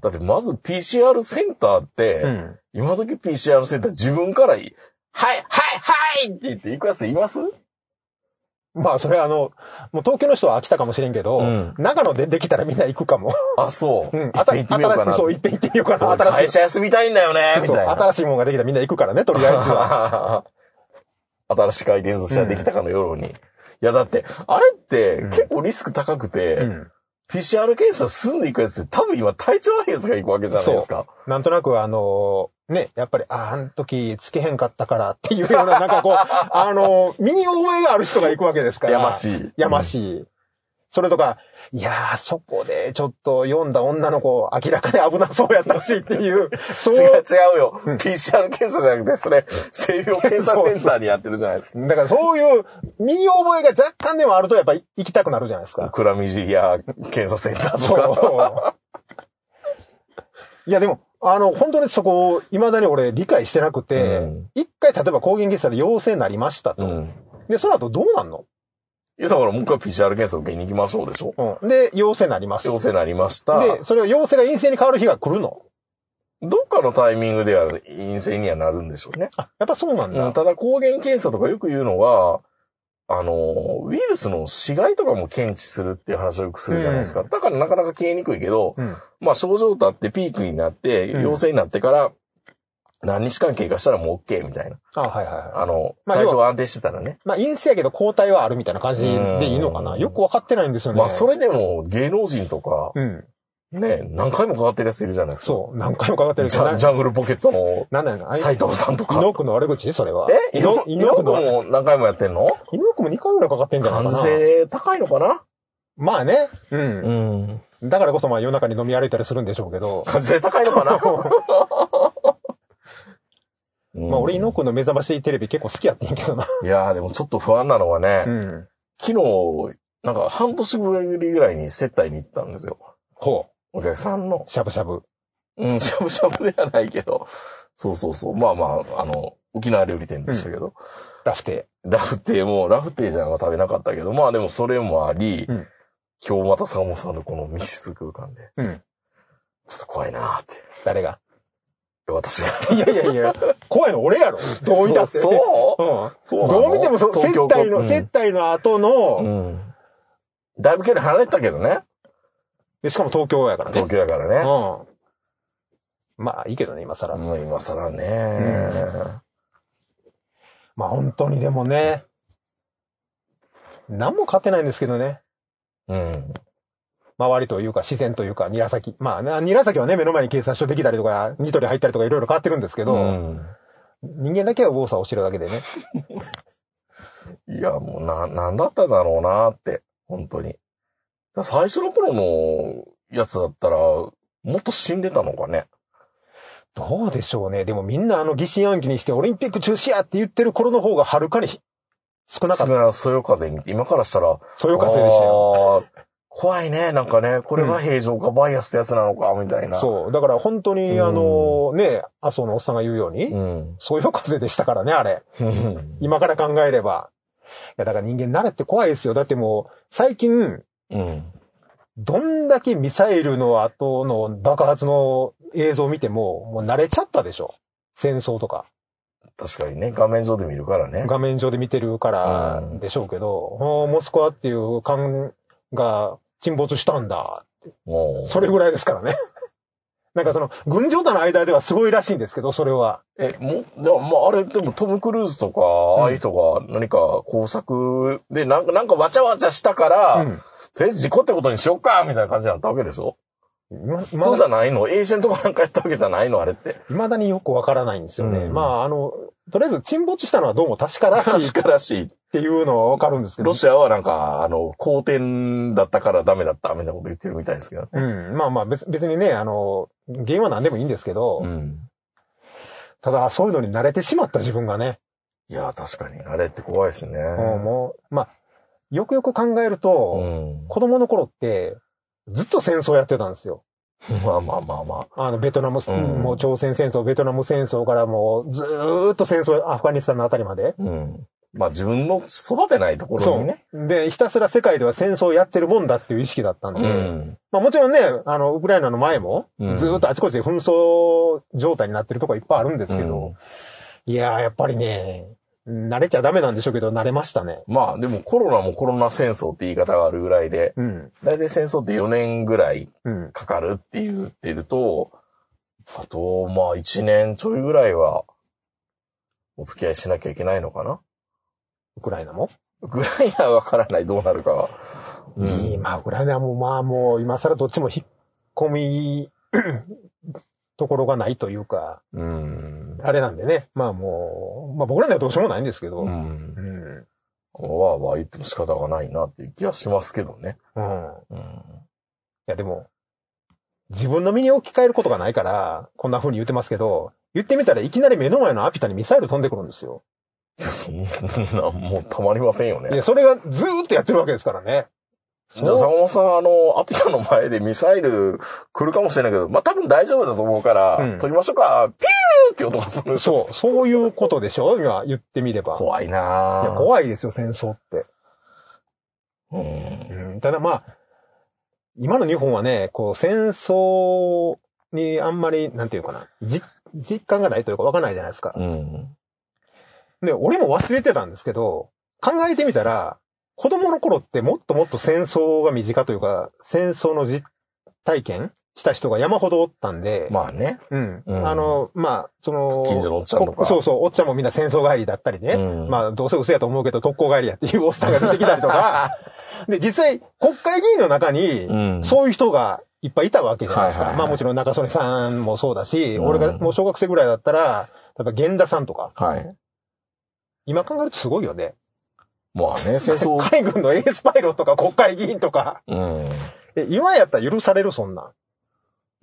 [SPEAKER 3] だってまず PCR センターって、
[SPEAKER 4] うん。うん。
[SPEAKER 3] 今時 PCR センター自分からい、はい、はい、はいって言って行くやついます
[SPEAKER 4] まあ、それあの、もう東京の人は飽きたかもしれんけど、
[SPEAKER 3] うん
[SPEAKER 4] 長野でできたらみんな行くかも。
[SPEAKER 3] あ、そう。
[SPEAKER 4] うん。
[SPEAKER 3] 行って行ってみよう か
[SPEAKER 4] 新し
[SPEAKER 3] な。
[SPEAKER 4] くそう、行って行ってみようかな。
[SPEAKER 3] 俺
[SPEAKER 4] 新
[SPEAKER 3] 会
[SPEAKER 4] し
[SPEAKER 3] 社休みたいんだよね、
[SPEAKER 4] い。
[SPEAKER 3] み
[SPEAKER 4] そう、
[SPEAKER 3] たいな。
[SPEAKER 4] 新しいもんができたらみんな行くからね、とりあえずは。
[SPEAKER 3] 新しい回転寿司ができたかのように。いや、だって、あれって
[SPEAKER 4] うん
[SPEAKER 3] 結構リスク高くて、
[SPEAKER 4] うん。
[SPEAKER 3] PCR 検査済んでいくやつって多分今体調悪いやつが行くわけじゃないですか。
[SPEAKER 4] なんとなくあのね、やっぱり、あー、あの時つけへんかったから っていうような、なんかこう、 あの身に覚えがある人が行くわけですから。
[SPEAKER 3] やましい。
[SPEAKER 4] やましい。それとか、いやー、そこでちょっと読んだ女の子、明らかに危なそうやったしって いう、そ
[SPEAKER 3] 違う
[SPEAKER 4] う、
[SPEAKER 3] 違うよ。PCR 検査じゃなくて、それ、性病検査センターにやってるじゃないですか。
[SPEAKER 4] だからそういう身に覚えが若干でもあるとやっぱ行きたくなるじゃないですか。
[SPEAKER 3] クラミジア検査センターとか。
[SPEAKER 4] そう。いや、でも、あの、本当にそこを、未だに俺理解してなく
[SPEAKER 3] う
[SPEAKER 4] て
[SPEAKER 3] ん、
[SPEAKER 4] 一、回例えば抗原検査で陽性になりましたと。
[SPEAKER 3] うん。
[SPEAKER 4] で、その後どうなんの、
[SPEAKER 3] いや、だからもう一回 PCR 検査受けに行きましょうでしょ。
[SPEAKER 4] うん、で、陽性になります。
[SPEAKER 3] 陽性になりました。
[SPEAKER 4] で、それが陽性が陰性に変わる日が来るの
[SPEAKER 3] どっかのタイミングでは陰性にはなるんでしょうね。
[SPEAKER 4] あ、やっぱそうなんだ。
[SPEAKER 3] うんただ抗原検査とかよく言うのは、あの、ウイルスの死骸とかも検知するっていう話をよくするじゃないですか。だからなかなか消えにくいけど、
[SPEAKER 4] うん。
[SPEAKER 3] まあ症状たってピークになって、
[SPEAKER 4] うん
[SPEAKER 3] 陽性になってから、何日間経過したらもう OK みたいな。
[SPEAKER 4] あ、はいはいはい。
[SPEAKER 3] あの、
[SPEAKER 4] まあ
[SPEAKER 3] 体調が安定してたらね。
[SPEAKER 4] まあ、陰性やけど抗体はあるみたいな感じでいいのかな。
[SPEAKER 3] うん
[SPEAKER 4] よくわかってないんですよね。
[SPEAKER 3] まあそ。れでも芸能人とか、
[SPEAKER 4] うん。
[SPEAKER 3] ね、何回もかかってるやついるじゃないですか。
[SPEAKER 4] そう。何回もかかってるけ
[SPEAKER 3] ジ
[SPEAKER 4] ど。
[SPEAKER 3] ャ
[SPEAKER 4] な
[SPEAKER 3] ンジャングルポケットの
[SPEAKER 4] なんだよな。
[SPEAKER 3] 斎藤さんと
[SPEAKER 4] イ
[SPEAKER 3] か。
[SPEAKER 4] ノクの悪口それは。
[SPEAKER 3] え
[SPEAKER 4] イ
[SPEAKER 3] イ
[SPEAKER 4] ノ
[SPEAKER 3] ノ
[SPEAKER 4] イ
[SPEAKER 3] イ
[SPEAKER 4] ノ
[SPEAKER 3] ノ
[SPEAKER 4] ク
[SPEAKER 3] ク
[SPEAKER 4] の。
[SPEAKER 3] も何回もやってんの
[SPEAKER 4] イノクも2回ぐらいかかってんじゃない
[SPEAKER 3] 感
[SPEAKER 4] かな。
[SPEAKER 3] 性高いのかな
[SPEAKER 4] まあね。うん。
[SPEAKER 3] ん。
[SPEAKER 4] だからこそまあ夜中に飲み歩いたりするんでしょうけど。
[SPEAKER 3] 感性高いのかなま
[SPEAKER 4] まあ俺、イノクの目覚ましテレビ結構好きやってんけどな。
[SPEAKER 3] いやーでもちょっと不安なのはね、
[SPEAKER 4] ん。
[SPEAKER 3] 昨日、なんか半年ぶりぐらいに接待に行ったんですよ。
[SPEAKER 4] ほ
[SPEAKER 3] お客さんの
[SPEAKER 4] う。。しゃぶしゃぶ。
[SPEAKER 3] うん、しゃぶしゃぶではないけど。そうそうそう。まあまあ、あの、沖縄料理店でしたけど。
[SPEAKER 4] ラフテ
[SPEAKER 3] ラフテーも、ラフテーじゃんは食べなかったけど、まあでもそれもあり、
[SPEAKER 4] うん
[SPEAKER 3] 今日また坂本さんのこの密室空間で、
[SPEAKER 4] ー。うん。
[SPEAKER 3] ちょっと怖いなーって。
[SPEAKER 4] 誰が
[SPEAKER 3] 私が。
[SPEAKER 4] いやいやい や、怖いの俺やろ。どう見たって。
[SPEAKER 3] そうそう
[SPEAKER 4] うん。
[SPEAKER 3] そうなの
[SPEAKER 4] どう見てもそう、接
[SPEAKER 3] 東京
[SPEAKER 4] 待の、接待の後の、
[SPEAKER 3] うんうんだいぶ距離離れてたけどね。
[SPEAKER 4] で、しかも東京やからね。
[SPEAKER 3] 東京だからね。
[SPEAKER 4] うん。まあ、いいけどね、今更。
[SPEAKER 3] もう今更ね、
[SPEAKER 4] まあ、本当にでもね。何も買ってないんですけどね。
[SPEAKER 3] うん。
[SPEAKER 4] 周りというか、自然というか、韮崎。まあな、韮崎はね、目の前に警察署できたりとか、ニトリ入ったりとかいろいろ変わってるんですけど、
[SPEAKER 3] うん
[SPEAKER 4] 人間だけは右往左往してるだけでね。
[SPEAKER 3] いや、もうな、なんだったんだろうなって、本当に。最初の頃のやつだったら、もっと死んでたのかね。
[SPEAKER 4] どうでしょうね。でもみんなあの疑心暗鬼にしてオリンピック中止やって言ってる頃の方がはるかにひ少なか
[SPEAKER 3] そ
[SPEAKER 4] った。
[SPEAKER 3] れはそよ風見て、今からしたら、
[SPEAKER 4] そういう風でしたよ。
[SPEAKER 3] あー怖いね、なんかね、これが平常かバイアスってやつなのか、みたいな。
[SPEAKER 4] そう。だから本当に、
[SPEAKER 3] うん
[SPEAKER 4] あの、ね、麻生のおっさんが言うように、
[SPEAKER 3] うん。
[SPEAKER 4] そういう風でしたからね、あれ。
[SPEAKER 3] うん。
[SPEAKER 4] 今から考えれば。いや、だから人間慣れって怖いですよ。だってもう、最近、
[SPEAKER 3] うん。
[SPEAKER 4] どんだけミサイルの後の爆発の映像を見ても、もう慣れちゃったでしょ。戦争とか。
[SPEAKER 3] 確かにね、画面上で見るから ね。
[SPEAKER 4] 画面上で見てるからでしょうけど、あーモスクワっていう艦が沈没したんだ。
[SPEAKER 3] もう
[SPEAKER 4] それぐらいですからね。 なんかその、軍事との間ではすごいらしいんですけど、それは。
[SPEAKER 3] え、もう、でもまあ、あれ、でもトム・クルーズとか、
[SPEAKER 4] ん
[SPEAKER 3] ああいう人が何か工作で、なんか、なんかわちゃわちゃしたから、
[SPEAKER 4] うん
[SPEAKER 3] とりあえず事故ってことにしよっか、みたいな感じだったわけでしょ、
[SPEAKER 4] ま、ま
[SPEAKER 3] そうじ
[SPEAKER 4] だ
[SPEAKER 3] ゃないのエージェントがなんかやったわけじゃないのあれって。
[SPEAKER 4] 未だによくわからないんですよね。
[SPEAKER 3] うん
[SPEAKER 4] まあ、あの、とりあえず沈没したのはどうも確からしい
[SPEAKER 3] 確
[SPEAKER 4] っ
[SPEAKER 3] からしい。
[SPEAKER 4] ていうのはわかるんですけど
[SPEAKER 3] ロ。シアはなんか、あの、好天だったからダメだった、みたいなこと言ってるみたいですけど。
[SPEAKER 4] うん。まあまあ別別にね、あの、原因は何でもいいんですけど、
[SPEAKER 3] うん。
[SPEAKER 4] ただそういうのに慣れてしまった自分がね、
[SPEAKER 3] いや、確かに、あれって怖いですね。
[SPEAKER 4] もうもう、まあ、よくよく考えると、
[SPEAKER 3] うん。
[SPEAKER 4] 子供の頃って、ずっと戦争やってたんですよ。
[SPEAKER 3] まあまあまあま
[SPEAKER 4] あの、ベトナム、
[SPEAKER 3] うん
[SPEAKER 4] もう朝鮮戦争、ベトナム戦争からもうずーっと戦争、アフガニスタンのあたりまで。
[SPEAKER 3] あ。うん。まあ自分の育てないところにね。
[SPEAKER 4] そう。で、ひたすら世界では戦争をやってるもんだっていう意識だったんで、
[SPEAKER 3] うん。
[SPEAKER 4] まあもちろんね、あの、ウクライナの前も、
[SPEAKER 3] うん
[SPEAKER 4] ずーっとあちこちで紛争状態になってるとこいっぱいあるんですけ
[SPEAKER 3] うん
[SPEAKER 4] ど、いやー、やっぱりね、慣れちゃダメなんでしょうけど、慣れましたね。
[SPEAKER 3] まあでもコロナもコロナ戦争って言い方があるぐらいで、
[SPEAKER 4] うん。
[SPEAKER 3] 大体戦争って4年ぐらい
[SPEAKER 4] うん。
[SPEAKER 3] かかるって言ってると、あと、まあ1年ちょいぐらいは、お付き合いしなきゃいけないのかな
[SPEAKER 4] ウクライナも、
[SPEAKER 3] ぐらいはわからない、どうなるかは。うん
[SPEAKER 4] 今、ウクライナもまあもう、今更どっちも引っ込 み、ところがないというか、
[SPEAKER 3] うん。
[SPEAKER 4] あれなんでね。まあもう、まあ僕らにはどうしようもないんですけど。
[SPEAKER 3] う
[SPEAKER 4] うん。
[SPEAKER 3] ん。
[SPEAKER 4] うん。
[SPEAKER 3] わーわー言っても仕方がないなっていう気はしますけどね。
[SPEAKER 4] い
[SPEAKER 3] うん。
[SPEAKER 4] やでも、自分の身に置き換えることがないから、こんな風に言ってますけど、言ってみたらいきなり目の前のアピタにミサイル飛んでくるんですよ。
[SPEAKER 3] いや、そんな、もうたまりませんよね
[SPEAKER 4] い。や、それがずーっとやってるわけですからね。
[SPEAKER 3] じゃあ、坂本さん、あの、アピタの前でミサイル来るかもしれないけど、まあ、多分大丈夫だと思うから、
[SPEAKER 4] うん
[SPEAKER 3] 撮りましょうか、ピューって音がする。
[SPEAKER 4] そう、そういうことでしょ今言ってみれば。
[SPEAKER 3] 怖いないぁ
[SPEAKER 4] や、怖いですよ、戦争って。
[SPEAKER 3] うん。
[SPEAKER 4] うん。ただまあ、今の日本はね、こう、戦争にあんまり、なんていうかな、じ実感がないというかわかんないじゃないですか。
[SPEAKER 3] うん。
[SPEAKER 4] で、俺も忘れてたんですけど、考えてみたら、子供の頃ってもっともっと戦争が身近というか、戦争の実体験した人が山ほどおったんで、
[SPEAKER 3] まあね。
[SPEAKER 4] うん。
[SPEAKER 3] うん
[SPEAKER 4] あの、まあ、その、
[SPEAKER 3] 近所のおっちゃんとか
[SPEAKER 4] こそうそう、おっちゃんもみんな戦争帰りだったりね。
[SPEAKER 3] うん
[SPEAKER 4] まあ、どうせ嘘やと思うけど、特攻帰りやっていうおっさんが出てきたりと か、で、実際、国会議員の中に、
[SPEAKER 3] ん
[SPEAKER 4] そういう人がいっぱいいたわけじゃないですか。
[SPEAKER 3] はいはいはい
[SPEAKER 4] まあもちろん中曽根さんもそうだし、
[SPEAKER 3] うん
[SPEAKER 4] 俺がもう小学生ぐらいだったら、例えば源田さんとか、
[SPEAKER 3] はい。
[SPEAKER 4] 今考えるとすごいよね。
[SPEAKER 3] まあね、戦争。
[SPEAKER 4] 海軍のエースパイロットとか国会議員とか、
[SPEAKER 3] うん。
[SPEAKER 4] え、今やったら許されるそんなん。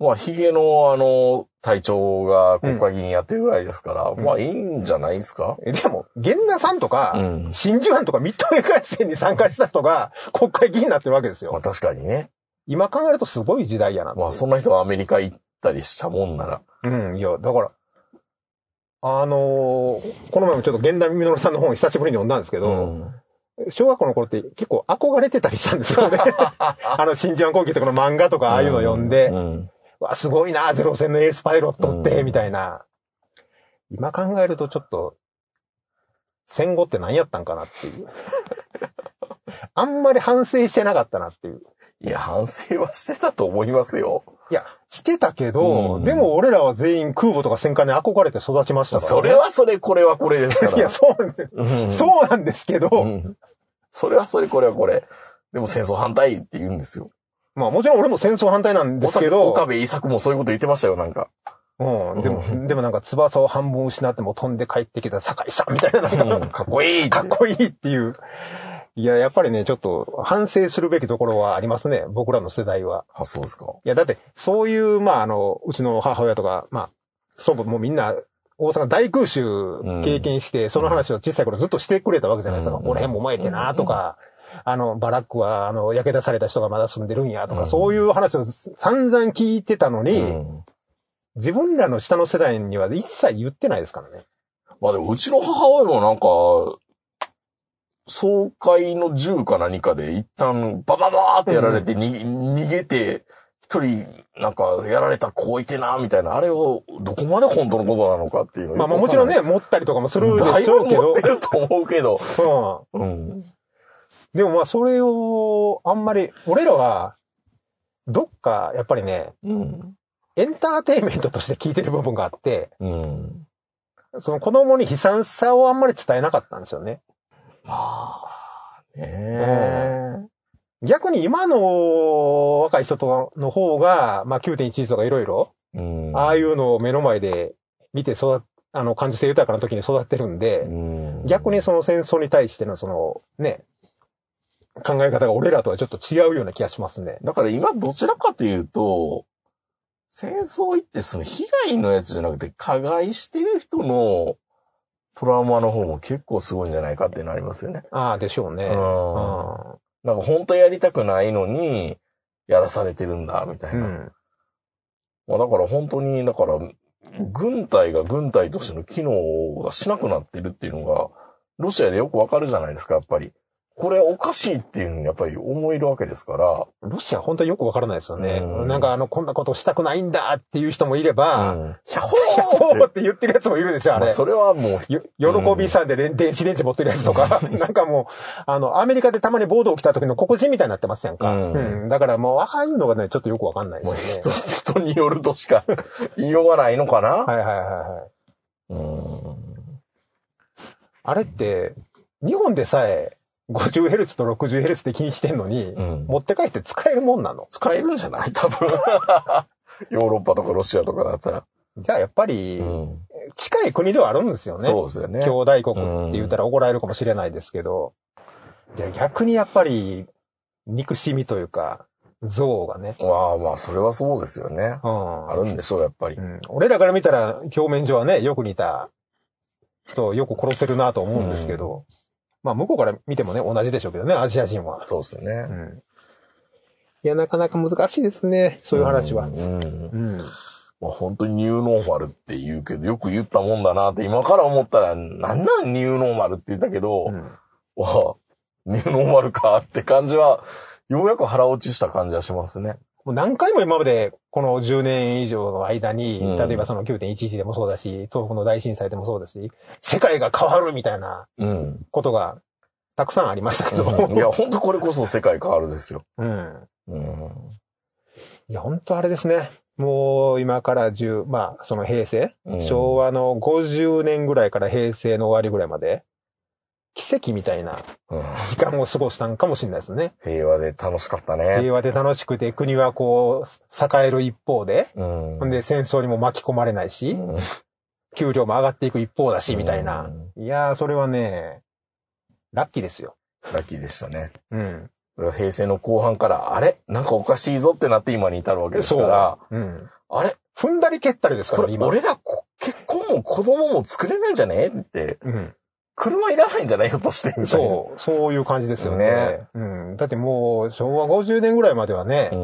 [SPEAKER 3] まあ、ヒゲの、あの、隊長が国会議員やってるぐらいですから、
[SPEAKER 4] ん
[SPEAKER 3] まあ、いいんじゃないですか。
[SPEAKER 4] え、でも、源田さんとか、
[SPEAKER 3] ん。
[SPEAKER 4] 真珠湾とかミッドウェー海戦に参加した人が国会議員になってるわけです
[SPEAKER 3] まあ、
[SPEAKER 4] よ。
[SPEAKER 3] 確かにね。
[SPEAKER 4] 今考えるとすごい時代やなっていう
[SPEAKER 3] まあ、そんな人はアメリカ行ったりしたもんなら。
[SPEAKER 4] うん、いや、だから、あのーこの前もちょっと源田稔さんの本を久しぶりに読んだんですけど、
[SPEAKER 3] ん。
[SPEAKER 4] 小学校の頃って結構憧れてたりしたんです よね。 あの、真珠湾攻撃とかの漫画とかああいうの読んで、
[SPEAKER 3] うん。
[SPEAKER 4] わ、すごいな、ゼロ戦のエースパイロットって、
[SPEAKER 3] うん
[SPEAKER 4] みたいな。今考えるとちょっと、戦後って何やったんかなって いう。あんまり反省してなかったなっていう。
[SPEAKER 3] いや、反省はしてたと思いますよ。
[SPEAKER 4] いや、してたけど、
[SPEAKER 3] うん
[SPEAKER 4] でも俺らは全員空母とか戦艦に憧れて育ちましたから、
[SPEAKER 3] それはそれ、これはこれですから。
[SPEAKER 4] いや、そうなんです。
[SPEAKER 3] うん、
[SPEAKER 4] そうなんですけど、
[SPEAKER 3] うんそれはそれ、これはこれ。でも戦争反対って言うんですよ。
[SPEAKER 4] まあもちろん俺も戦争反対なんですけど、
[SPEAKER 3] 岡部伊作もそういうこと言ってましたよ、なんか。
[SPEAKER 4] うん、で
[SPEAKER 3] う
[SPEAKER 4] も、でもなんか翼を半分失っても飛んで帰ってきた酒井さんみたいな、なんか
[SPEAKER 3] うんかっこいいって
[SPEAKER 4] かっこいいっていう。いや、やっぱりね、ちょっと反省するべきところはありますね。僕らの世代は。
[SPEAKER 3] あ、そうですか。
[SPEAKER 4] いや、だって、そういう、まあ、あの、うちの母親とか、まあ、祖母もみんな、大阪大空襲経験して、その話を小さい頃ずっとしてくれたわけじゃないですか。
[SPEAKER 3] うん
[SPEAKER 4] この辺も燃えてなとか、あの、バラックは、あの、焼け出された人がまだ住んでるんやとか、
[SPEAKER 3] うん
[SPEAKER 4] そういう話を散々聞いてたのに、
[SPEAKER 3] うん
[SPEAKER 4] 自分らの下の世代には一切言ってないですからね。
[SPEAKER 3] まあでも、うちの母親もなんか、総会の銃か何かで一旦バババーってやられて逃げ,、逃げて、一人なんかやられた子いてな、みたいな、あれをどこまで本当のことなのかっていうの
[SPEAKER 4] まあまあもちろんね、持ったりとかもするで
[SPEAKER 3] だい
[SPEAKER 4] しょ
[SPEAKER 3] ぶ
[SPEAKER 4] うけ
[SPEAKER 3] 持
[SPEAKER 4] ど
[SPEAKER 3] っ、てると思うけど。
[SPEAKER 4] うん。
[SPEAKER 3] うん。
[SPEAKER 4] でもまあそれを、あんまり、俺らは、どっか、やっぱりね、
[SPEAKER 3] うん。
[SPEAKER 4] エンターテインメントとして聞いてる部分があって、
[SPEAKER 3] うん。
[SPEAKER 4] その子供に悲惨さをあんまり伝えなかったんですよね。
[SPEAKER 3] まあ、ね
[SPEAKER 4] 逆に今の若い人との方が、まあ9.11とかいろいろ、
[SPEAKER 3] え。うん。。
[SPEAKER 4] ああいううのを目の前で見て育っ、あの、感受性豊かな時に育ってるんで、
[SPEAKER 3] ん、
[SPEAKER 4] 逆にその戦争に対してのその、ね、考え方が俺らとはちょっと違うような気がしますね。
[SPEAKER 3] だから今どちらかというと、戦争行ってその被害のやつじゃなくて、加害してる人のトラウマの方も結構すごいんじゃないかってなりますよね。
[SPEAKER 4] ああ、でしょうね。
[SPEAKER 3] う
[SPEAKER 4] うん
[SPEAKER 3] ん。なんか本当はやりたくないのに、やらされてるんだ、みたいな。
[SPEAKER 4] うん
[SPEAKER 3] まあだから本当に、だから、軍隊が軍隊としての機能がしなくなってるっていうのが、ロシアでよくわかるじゃないですか、やっぱり。これおかしいっていうのにやっぱり思えるわけですから。
[SPEAKER 4] ロシア本当によくわからないですよね。
[SPEAKER 3] うん
[SPEAKER 4] なんかあの、こんなことしたくないんだっていう人もいれば、
[SPEAKER 3] うん
[SPEAKER 4] ひゃほーって言ってるやつもいるでしょ、あ
[SPEAKER 3] まあ
[SPEAKER 4] れ。
[SPEAKER 3] それはもう
[SPEAKER 4] よ喜びさんで連電子レンジ持ってるやつとか、 なんかもう、あの、アメリカでたまに暴動起きた時の黒人みたいになってますやんか。
[SPEAKER 3] うん
[SPEAKER 4] うんだからもう、ああいうのがね、ちょっとよくわかんないで
[SPEAKER 3] もう
[SPEAKER 4] すよ
[SPEAKER 3] 人
[SPEAKER 4] ね。
[SPEAKER 3] 人によるとしか 言いようがないのかな、
[SPEAKER 4] はいはいはいはい。
[SPEAKER 3] うん
[SPEAKER 4] あれって、日本でさえ 50Hz と 60Hz で気にしてんのに、
[SPEAKER 3] うん
[SPEAKER 4] 持って帰って使えるもんなの
[SPEAKER 3] 使えるんじゃない多 分。ヨーロッパとかロシアとかだったら。
[SPEAKER 4] じゃあやっぱり
[SPEAKER 3] う、ん
[SPEAKER 4] 近い国ではあるんですよね。
[SPEAKER 3] そうですよね。
[SPEAKER 4] 兄弟国って言ったら怒られるかもしれないですけど、いや逆にやっぱり、憎しみというか、憎悪がね、
[SPEAKER 3] まあまあ、それはそうですよね。
[SPEAKER 4] うん
[SPEAKER 3] あるんでしょう、やっぱり
[SPEAKER 4] う。ん俺らから見たら表面上はね、よく似た人をよく殺せるなと思うんですけど、まあ向こうから見てもね、同じでしょうけどね、アジア人は。
[SPEAKER 3] そうですよ
[SPEAKER 4] う
[SPEAKER 3] ね。
[SPEAKER 4] んいや、なかなか難しいですね、そういう話は
[SPEAKER 3] ん。うん
[SPEAKER 4] うん
[SPEAKER 3] まあ、本当にニューノーマルって言うけど、よく言ったもんだなって今から思ったら、なんなんニューノーマルって言ったけど、
[SPEAKER 4] うん
[SPEAKER 3] わあ、ニューノーマルかって感じは、ようやく腹落ちした感じはしますね。
[SPEAKER 4] もう何回も今まで、この10年以上の間に、
[SPEAKER 3] うん
[SPEAKER 4] 例えばその9.11でもそうだし、東北の大震災でもそうだし、世界が変わるみたいな
[SPEAKER 3] うん。
[SPEAKER 4] ことがたくさんありましたけど。
[SPEAKER 3] うんいや、ほんとこれこそ世界変わるですよ。
[SPEAKER 4] うん。
[SPEAKER 3] うん。
[SPEAKER 4] いや、本当あれですね。もう今から10、まあ、その平成、
[SPEAKER 3] うん
[SPEAKER 4] 昭和の50年ぐらいから平成の終わりぐらいまで、奇跡みたいな
[SPEAKER 3] うん
[SPEAKER 4] 時間を過ごしたんかもしれないですね。
[SPEAKER 3] 平和で楽しかったね。
[SPEAKER 4] 平和で楽しくて、国はこう、栄える一方で、
[SPEAKER 3] うん
[SPEAKER 4] ほんで戦争にも巻き込まれないし、給料も上がっていく一方だし、みたいな。いやー、それはね、ラッキーですよ。
[SPEAKER 3] ラッキーでしたね。
[SPEAKER 4] うん。
[SPEAKER 3] これは平成の後半から、あれなんかおかしいぞってなって今に至るわけですから、
[SPEAKER 4] うん。
[SPEAKER 3] あれ
[SPEAKER 4] 踏んだり蹴ったりですか
[SPEAKER 3] こ
[SPEAKER 4] ら、
[SPEAKER 3] れ
[SPEAKER 4] 今。
[SPEAKER 3] 俺らこ結婚も子供も作れないんじゃねって、
[SPEAKER 4] うん。
[SPEAKER 3] 車いらないんじゃないよとしてみたいな。
[SPEAKER 4] そう、そういう感じですよね。
[SPEAKER 3] ね
[SPEAKER 4] うん。だってもう、昭和50年ぐらいまではね、
[SPEAKER 3] うん。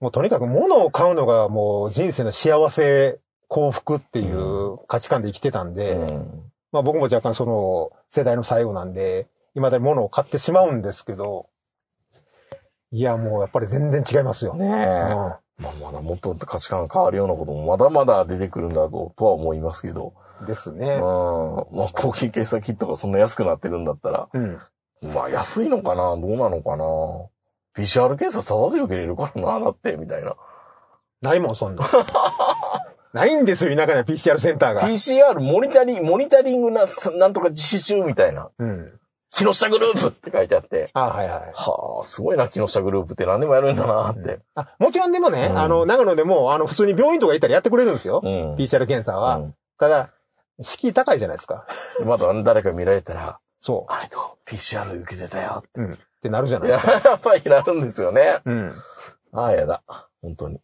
[SPEAKER 4] もうとにかく物を買うのがもう人生の幸せ、幸福っていうう価値観で生きてたんで、
[SPEAKER 3] うん
[SPEAKER 4] まあ僕も若干その世代の最後なんで、未だに物を買ってしまうんですけど、いやもうやっぱり全然違いますよ。
[SPEAKER 3] ねえ。まあまだもっともっと価値観が変わるようなこともまだまだ出てくるんだろうとは思いますけど。
[SPEAKER 4] うん、です
[SPEAKER 3] うん
[SPEAKER 4] ね。。
[SPEAKER 3] まあ、抗菌検査キットがそんな安くなってるんだったら、
[SPEAKER 4] うん。
[SPEAKER 3] まあ安いのかなどうなのかな ?PCR 検査ただで受けれるからなだって、みたいな。
[SPEAKER 4] ないもん、そんな。 ないんですよ、田舎には PCR センターが。
[SPEAKER 3] PCR モニタリング、モニタリングな、すなんとか実施中みたいな。
[SPEAKER 4] うん。
[SPEAKER 3] 木下グループって書いてあって、
[SPEAKER 4] あはいはい。
[SPEAKER 3] はあ、すごいな、木下グループって何でもやるんだなって。
[SPEAKER 4] あ、もちろんでもね、
[SPEAKER 3] うん
[SPEAKER 4] あの、長野でも、あの、普通に病院とか行ったらやってくれるんですよ。
[SPEAKER 3] うん。
[SPEAKER 4] PCR 検査は。
[SPEAKER 3] う
[SPEAKER 4] ただ、敷居高いじゃないですか。
[SPEAKER 3] んまだ誰か見られたら、
[SPEAKER 4] そ
[SPEAKER 3] あれと PCR 受けてたよ。
[SPEAKER 4] う。うん。ってなる じゃないで
[SPEAKER 3] や
[SPEAKER 4] すか。
[SPEAKER 3] っぱりなるんですよね。
[SPEAKER 4] うん。だ
[SPEAKER 3] ああ、やだ。本当に。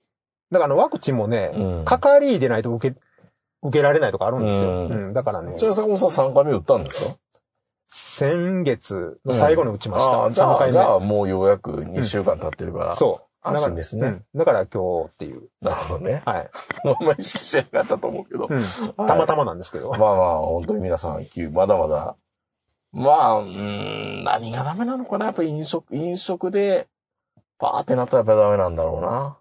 [SPEAKER 4] からあの、ワクチンもね、
[SPEAKER 3] うん
[SPEAKER 4] 係でないと受け、受けられないとかあるんですよ。
[SPEAKER 3] う
[SPEAKER 4] うんん。だからね
[SPEAKER 3] じ、ゃあ坂本さん3回目打ったんですか
[SPEAKER 4] 先月の最後に打ちました。
[SPEAKER 3] ああじゃ
[SPEAKER 4] 3
[SPEAKER 3] あ、
[SPEAKER 4] 回
[SPEAKER 3] じゃ
[SPEAKER 4] 目。
[SPEAKER 3] あもうようやく2週間経ってるから。
[SPEAKER 4] そう。
[SPEAKER 3] 安心です
[SPEAKER 4] う
[SPEAKER 3] ね。
[SPEAKER 4] ん。だから今日っていう。
[SPEAKER 3] なるほどね。
[SPEAKER 4] はい。
[SPEAKER 3] あんま意識してなかったと思うけど。
[SPEAKER 4] うん。たまたまなんですけど。
[SPEAKER 3] まあまあ、本当に皆さん、きまだまだ。まあ、うーん、何がダメなのかなやっぱ飲食、飲食で、バーってなったらやっぱダメなんだろうな。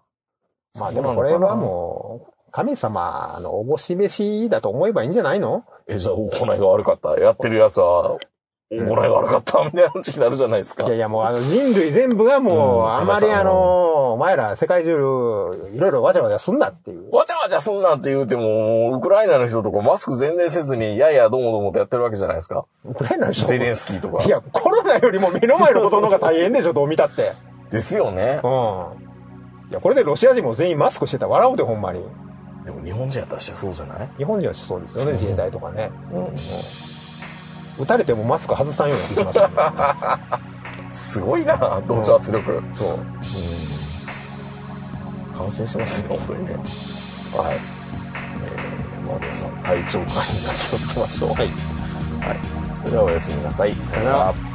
[SPEAKER 4] まあでもこれは
[SPEAKER 3] う。
[SPEAKER 4] もう、神様のおぼし飯だと思えばいいんじゃないの
[SPEAKER 3] え、じゃあ、行いが悪かった。やってるやつは、行いが悪かった。みたいな話になるじゃないですか。
[SPEAKER 4] いやいやもうあの人類全部がも
[SPEAKER 3] う
[SPEAKER 4] う、
[SPEAKER 3] ん
[SPEAKER 4] あまり
[SPEAKER 3] 神様
[SPEAKER 4] あの、お前ら世界中、いろいろわちゃわちゃすんなっていう。
[SPEAKER 3] わちゃわちゃすんなんて言うても、ウクライナの人とかマスク全然せずに、いやいや、どうもどうもってやってるわけじゃないですか。
[SPEAKER 4] ウクライナの人
[SPEAKER 3] ゼレンスキーとか
[SPEAKER 4] い。や、コロナよりも目の前のことの方が大変でしょ、どう見たって。
[SPEAKER 3] ですよね
[SPEAKER 4] う。ん。いや、これでロシア人も全員マスクしてたら笑うで、ほんまに。
[SPEAKER 3] でも日本人やったらしてそうじゃない
[SPEAKER 4] 日本人はしそうですよね、自衛隊とかね。
[SPEAKER 3] う
[SPEAKER 4] 撃たれてもマスク外さんような気しますよね。
[SPEAKER 3] ん。すごいな、同調圧力。
[SPEAKER 4] そう。
[SPEAKER 3] うん感心しますね、本当にね。はい。えー、まあ皆さん、体調管理には気をつけましょう。はい。はい。それではおやすみなさい。さよなら。